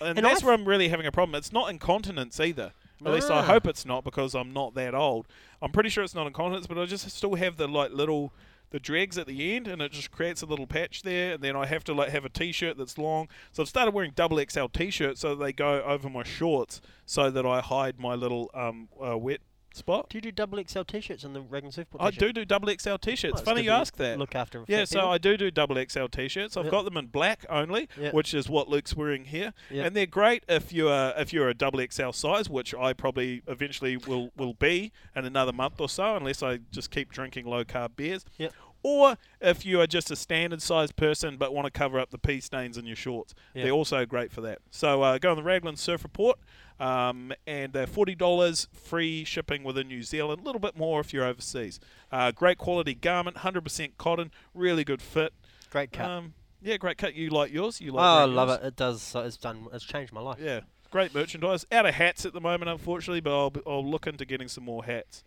Speaker 2: and,
Speaker 1: And
Speaker 2: that's
Speaker 1: I've-
Speaker 2: where I'm really having a problem. It's not incontinence either. At least I
Speaker 1: Ah.
Speaker 2: hope it's not because I'm not that old. I'm pretty sure it's not incontinence, but I just still have the like little the dregs at the end, and it just creates a little patch there. And then I have to like have a t-shirt that's long. So I've started wearing double XL t-shirts so they go over my shorts, so that I hide my little um uh, wet spot.
Speaker 1: Do you do double XL t-shirts on the Reagan Surfboard?
Speaker 2: I
Speaker 1: t-shirt?
Speaker 2: do do double XL
Speaker 1: Oh,
Speaker 2: t-shirts.
Speaker 1: it's
Speaker 2: Funny
Speaker 1: good
Speaker 2: you
Speaker 1: that
Speaker 2: ask that.
Speaker 1: Look after.
Speaker 2: Yeah,
Speaker 1: fat
Speaker 2: so
Speaker 1: people.
Speaker 2: I do do double XL t-shirts. I've
Speaker 1: Yeah.
Speaker 2: got them in black only,
Speaker 1: Yeah.
Speaker 2: which is what Luke's wearing here,
Speaker 1: Yeah.
Speaker 2: and they're great if you are if you're a double XL size, which I probably eventually will will be in another month or so, unless I just keep drinking low carb beers.
Speaker 1: Yeah.
Speaker 2: Or if you are just a standard sized person but want to cover up the pee stains in your shorts,
Speaker 1: Yeah.
Speaker 2: they're also great for that. So uh, go on the Raglan Surf Report, um, and they're forty dollars free shipping within New Zealand. A little bit more if you're overseas. Uh, great quality garment, hundred percent cotton, really good fit.
Speaker 1: great cut.
Speaker 2: Um, yeah, great cut. You like yours? You
Speaker 1: oh,
Speaker 2: like?
Speaker 1: I
Speaker 2: wearing
Speaker 1: love
Speaker 2: yours?
Speaker 1: it. It does. So it's done. It's changed my life.
Speaker 2: Yeah, great merchandise. Out of hats at the moment, unfortunately, but I'll, I'll look into getting some more hats.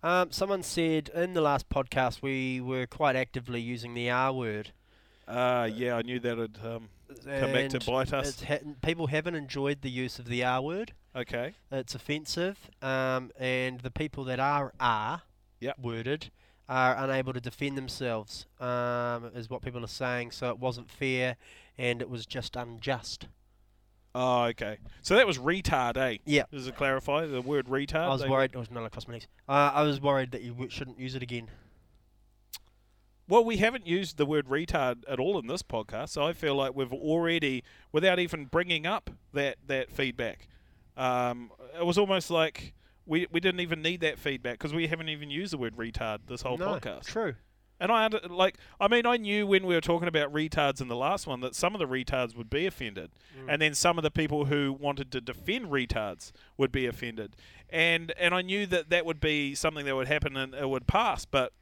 Speaker 1: Um, someone said in the last podcast we were quite actively using the R word.
Speaker 2: Uh, yeah, I knew that'd um, come back to
Speaker 1: and
Speaker 2: bite us.
Speaker 1: it's ha- people haven't enjoyed the use of the R word.
Speaker 2: Okay.
Speaker 1: It's offensive, um, and the people that are are
Speaker 2: Yep.
Speaker 1: worded are unable to defend themselves, um, is what people are saying. So it wasn't fair, and it was just unjust.
Speaker 2: Oh, okay. So that was retard, eh?
Speaker 1: Yeah.
Speaker 2: Does it clarify the word retard?
Speaker 1: I was
Speaker 2: Uh, They-
Speaker 1: worried. I was not across my legs. Uh, I was worried that you w- shouldn't use it again.
Speaker 2: Well, we haven't used the word retard at all in this podcast, so I feel like we've already, without even bringing up that that feedback, um, it was almost like we we didn't even need that feedback because we haven't even used the word retard this whole
Speaker 1: no,
Speaker 2: podcast.
Speaker 1: True.
Speaker 2: And I under, like, I mean, I knew when we were talking about retards in the last one that some of the retards would be offended, and then some of the people who wanted to defend retards would be offended, and and I knew that that would be something that would happen and it would pass. But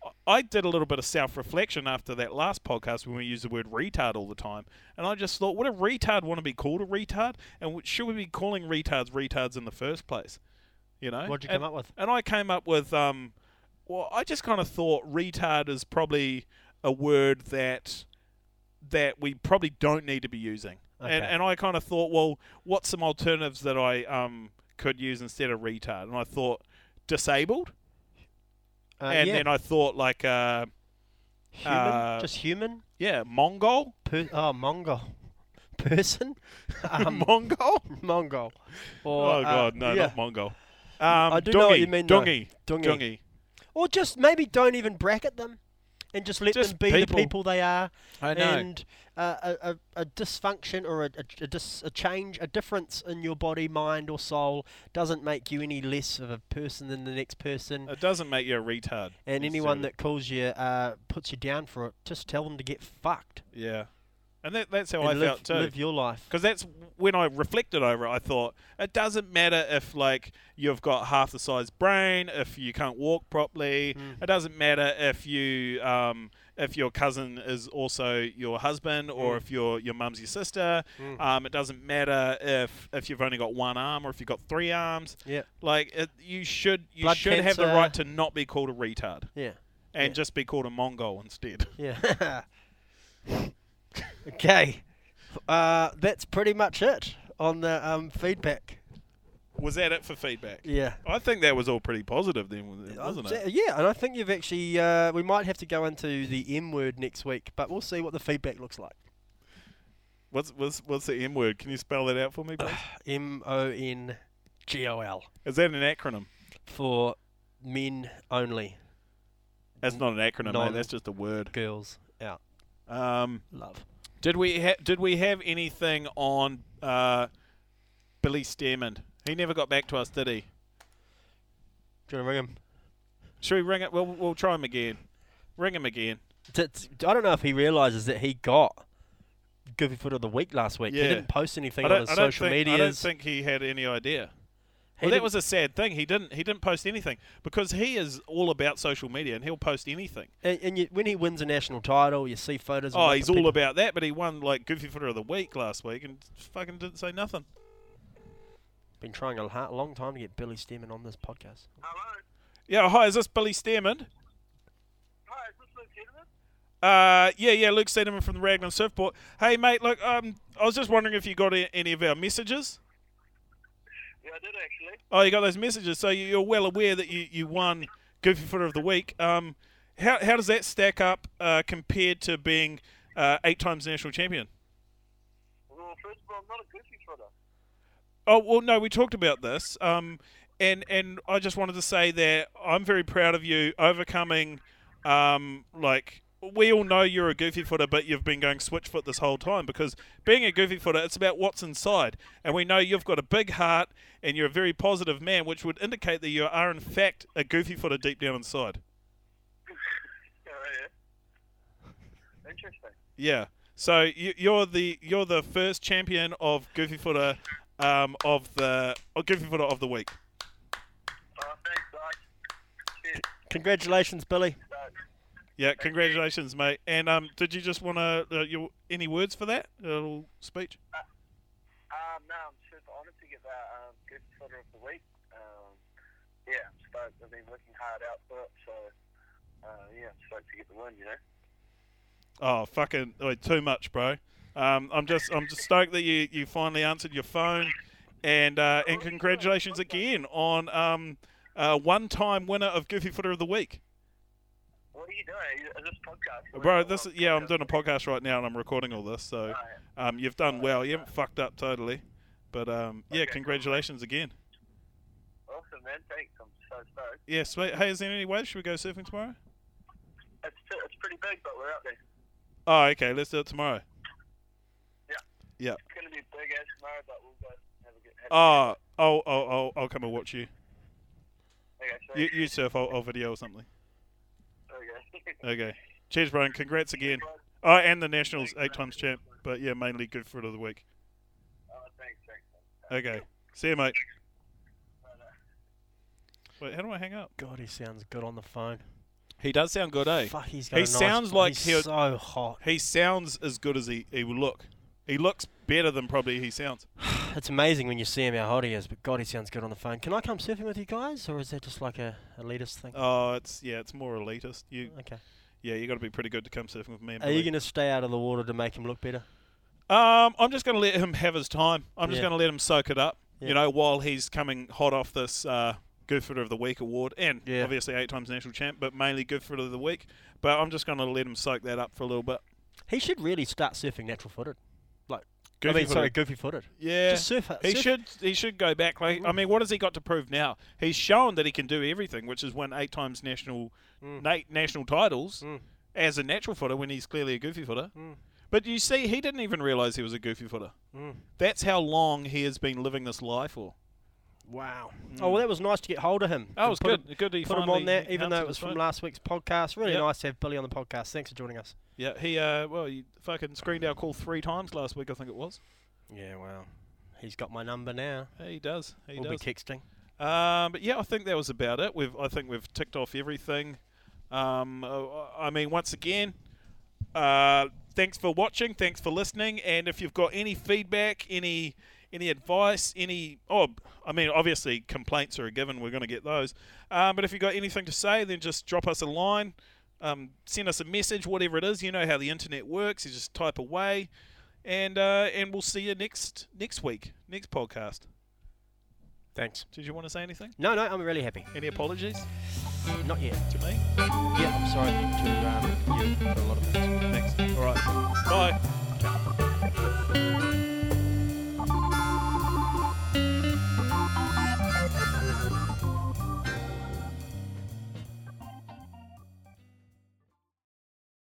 Speaker 2: I- I did a little bit of self reflection after that last podcast when we used the word retard all the time, and I just thought, would a retard want to be called a retard? And w- should we be calling retards retards in the first place? You know,
Speaker 1: What'd you
Speaker 2: And-
Speaker 1: come up with?
Speaker 2: and I came up with, um, well, I just kind of thought retard is probably a word that that we probably don't need to be using. And,
Speaker 1: Okay.
Speaker 2: and I kind of thought, well, what's some alternatives that I um, could use instead of retard? And I thought disabled.
Speaker 1: Uh,
Speaker 2: and
Speaker 1: yeah.
Speaker 2: then I thought like, uh,
Speaker 1: human,
Speaker 2: uh,
Speaker 1: just human.
Speaker 2: yeah, Mongol.
Speaker 1: Per- oh, Mongol person. um,
Speaker 2: Mongol?
Speaker 1: Mongol. Or,
Speaker 2: Oh,
Speaker 1: uh,
Speaker 2: God, no,
Speaker 1: yeah.
Speaker 2: not Mongol. Um,
Speaker 1: I do know what you
Speaker 2: dungy,
Speaker 1: mean, though.
Speaker 2: Dungy.
Speaker 1: Dungy.
Speaker 2: Dungy.
Speaker 1: Or just maybe don't even bracket them, and just let them
Speaker 2: Just
Speaker 1: be
Speaker 2: people.
Speaker 1: the people they are.
Speaker 2: I
Speaker 1: And uh, a, a, a dysfunction or a, a, a, dis, a change, a difference in your body, mind, or soul doesn't make you any less of a person than the next person.
Speaker 2: it doesn't make you a retard.
Speaker 1: and anyone
Speaker 2: necessarily.
Speaker 1: that calls you, uh, puts you down for it, just tell them to get fucked.
Speaker 2: Yeah. and that, that's how
Speaker 1: and
Speaker 2: Oh, I
Speaker 1: live,
Speaker 2: felt too.
Speaker 1: live your life.
Speaker 2: Because that's when I reflected over it. I thought it doesn't matter if like you've got half the size brain, if you can't walk properly.
Speaker 1: Mm.
Speaker 2: It doesn't matter if you um, if your cousin is also your husband or
Speaker 1: Mm.
Speaker 2: if your your mum's your sister.
Speaker 1: Mm.
Speaker 2: Um, it doesn't matter if if you've only got one arm or if you've got three arms.
Speaker 1: yeah,
Speaker 2: Like it, you should you
Speaker 1: Blood
Speaker 2: should have the
Speaker 1: cancer.
Speaker 2: right to not be called a retard
Speaker 1: yeah,
Speaker 2: and
Speaker 1: Yeah.
Speaker 2: just be called a Mongol instead.
Speaker 1: yeah. okay, uh, that's pretty much it on the um, feedback.
Speaker 2: Was that it for feedback?
Speaker 1: Yeah.
Speaker 2: I think that was all pretty positive then, wasn't it?
Speaker 1: Uh, Yeah, and I think you've actually. Uh, we might have to go into the M word next week, but we'll see what the feedback looks like.
Speaker 2: What's what's what's the M word? Can you spell that out for me, please?
Speaker 1: M O N G O L
Speaker 2: Is that an acronym?
Speaker 1: for men only,
Speaker 2: That's not an acronym,
Speaker 1: Non-
Speaker 2: mate. That's just a word.
Speaker 1: girls out,
Speaker 2: Um,
Speaker 1: love.
Speaker 2: did we ha- did we have anything on uh, Billy Stearman? He never got back to us, did he?
Speaker 1: Do you want to ring him?
Speaker 2: Should we ring it? We'll we'll try him again. Ring him again.
Speaker 1: T- t- I don't know if he realizes that he got Goofy Foot of the Week last week. He
Speaker 2: Yeah.
Speaker 1: didn't post anything
Speaker 2: I
Speaker 1: on
Speaker 2: don't,
Speaker 1: his
Speaker 2: I don't
Speaker 1: social
Speaker 2: think, I don't
Speaker 1: medias.
Speaker 2: think he had any idea.
Speaker 1: He
Speaker 2: Well, that
Speaker 1: didn't-
Speaker 2: was a sad thing. He didn't. He didn't post anything because he is all about social media and he'll post anything.
Speaker 1: and, and you, when he wins a national title, you see photos. of
Speaker 2: Oh,
Speaker 1: what
Speaker 2: he's
Speaker 1: the
Speaker 2: all
Speaker 1: people-
Speaker 2: about that, but he won like Goofy Footer of the Week last week and fucking didn't say nothing.
Speaker 1: Been trying a ha- long time to get Billy Steeman on this podcast.
Speaker 3: Hello.
Speaker 2: Yeah, hi, is this Billy Stearman?
Speaker 3: Hi, is this Luke Henderson?
Speaker 2: Uh, yeah, yeah, Luke Stearman from the Raglan Surfport. Hey, mate, look, um, I was just wondering if you got a- any of our messages.
Speaker 3: Yeah, I did actually.
Speaker 2: Oh, you got those messages, so you- you're well aware that you, you won Goofy Footer of the Week. Um, how, how does that stack up uh, compared to being uh, eight times national champion?
Speaker 3: Well, first of all, I'm not a goofy footer.
Speaker 2: Oh well, no, we talked about this, um, and and I just wanted to say that I'm very proud of you overcoming, um, like we all know you're a goofy footer, but you've been going switch foot this whole time because being a goofy footer, it's about what's inside, and we know you've got a big heart and you're a very positive man, which would indicate that you are in fact a goofy footer deep down inside.
Speaker 3: Yeah, yeah. Interesting.
Speaker 2: Yeah. So you, you're the you're the first champion of goofy footer, um, of the oh, goofy footer of the week.
Speaker 3: Uh, thanks, guys. Cheers.
Speaker 1: Congratulations, Billy.
Speaker 3: Bye.
Speaker 2: Yeah, congratulations, mate. And um, did you just want to uh, you any words for that a little speech?
Speaker 3: Um, no, I'm super honoured to get that um, good footer of the week. Um, yeah, I'm stoked. I've been working hard out for it, so uh, yeah, I'm stoked to get the win. You know.
Speaker 2: Oh, fucking oh, too much, bro. Um, I'm just I'm just stoked that you, you finally answered your phone, and uh, and congratulations again on um, uh, one time winner of Goofy Footer of the Week,
Speaker 3: What are you doing? Is this podcast?
Speaker 2: bro. This is, yeah, I'm
Speaker 3: Oh,
Speaker 2: doing a podcast right now and I'm recording all this, so
Speaker 3: Alright.
Speaker 2: um, you've done well. You haven't fucked up totally, but um, yeah,
Speaker 3: Okay.
Speaker 2: congratulations again.
Speaker 3: Awesome, man. Thanks. I'm so stoked.
Speaker 2: Yeah, sweet. Hey, is there any way should we go surfing tomorrow?
Speaker 3: It's it's pretty big, but we're out there.
Speaker 2: Oh, okay, let's do it tomorrow.
Speaker 3: It's gonna be big as tomorrow, but we'll go have a good. Have a
Speaker 2: Oh, I'll, I'll, I'll, I'll come and watch you.
Speaker 3: good okay, so
Speaker 2: You, you surf, I'll, I'll video or something.
Speaker 3: okay.
Speaker 2: Okay. Cheers, Brian. Congrats again. Oh, and the Nationals, eight times champ. But yeah, mainly good for it of the week.
Speaker 3: Oh, thanks, thanks. thanks.
Speaker 2: Okay. See you, mate.
Speaker 3: Bye, bye.
Speaker 2: Wait, how do I hang up?
Speaker 1: God, he sounds good on the phone.
Speaker 2: He does sound good, eh?
Speaker 1: Fuck, he's got
Speaker 2: He
Speaker 1: a nice-
Speaker 2: sounds like
Speaker 1: he's
Speaker 2: he'll-
Speaker 1: so hot.
Speaker 2: He sounds as good as he, he will look. He looks better than probably he sounds.
Speaker 1: It's amazing when you see him how hot he is, but God, he sounds good on the phone. Can I come surfing with you guys, or is that just like a elitist thing?
Speaker 2: Oh, it's yeah, it's more elitist. You
Speaker 1: okay.
Speaker 2: yeah, you got to be pretty good to come surfing with me. And
Speaker 1: Are you
Speaker 2: Billy.
Speaker 1: going to stay out of the water to make him look better?
Speaker 2: Um, I'm just going to let him have his time. I'm just
Speaker 1: Yeah.
Speaker 2: going to let him soak it up.
Speaker 1: Yeah.
Speaker 2: You know, while he's coming hot off this uh, Goodford of the Week award, and
Speaker 1: Yeah.
Speaker 2: obviously eight times national champ, but mainly Goodford of the Week. But I'm just going to let him soak that up for a little bit.
Speaker 1: He should really start surfing natural footed. I
Speaker 2: Goofy
Speaker 1: mean,
Speaker 2: for
Speaker 1: sorry,
Speaker 2: the-
Speaker 1: goofy footed.
Speaker 2: yeah.
Speaker 1: Just surf it.
Speaker 2: he
Speaker 1: surf-
Speaker 2: should he should go back. Like, I mean, what has he got to prove now? He's shown that he can do everything, which is win eight times national
Speaker 1: Mm.
Speaker 2: na- national titles
Speaker 1: Mm.
Speaker 2: as a natural footer when he's clearly a goofy footer.
Speaker 1: Mm.
Speaker 2: But you see, he didn't even realise he was a goofy footer.
Speaker 1: Mm.
Speaker 2: That's how long he has been living this lie for.
Speaker 1: Wow. Oh well, that was nice to get hold of him.
Speaker 2: That
Speaker 1: and
Speaker 2: was
Speaker 1: put
Speaker 2: good.
Speaker 1: him-
Speaker 2: good that he
Speaker 1: put him
Speaker 2: finally
Speaker 1: on there, even though
Speaker 2: answered
Speaker 1: it was
Speaker 2: the
Speaker 1: from
Speaker 2: phone.
Speaker 1: last week's podcast. Really
Speaker 2: Yep.
Speaker 1: nice to have Billy on the podcast. Thanks for joining us.
Speaker 2: Yeah, he uh, well, he fucking screened our call three times last week. I think it was.
Speaker 1: Yeah, wow. He's got my number now.
Speaker 2: Yeah, he does. He
Speaker 1: we'll
Speaker 2: does.
Speaker 1: be texting.
Speaker 2: Um, but yeah, I think that was about it. We've I think we've ticked off everything. Um, uh, I mean, once again, uh, thanks for watching. Thanks for listening. And if you've got any feedback, any any advice, any oh, I mean, obviously complaints are a given. We're going to get those. Um, but if you've got anything to say, then just drop us a line. Um, send us a message, whatever it is. You know how the internet works. You just type away, and uh, and we'll see you next next week, next podcast.
Speaker 1: Thanks.
Speaker 2: Did you want to say anything?
Speaker 1: No, no, I'm really happy.
Speaker 2: Any apologies
Speaker 1: Not yet.
Speaker 2: to me?
Speaker 1: Yeah, I'm sorry to um, you for a lot of things.
Speaker 2: Thanks. All right. Bye.
Speaker 1: Ciao.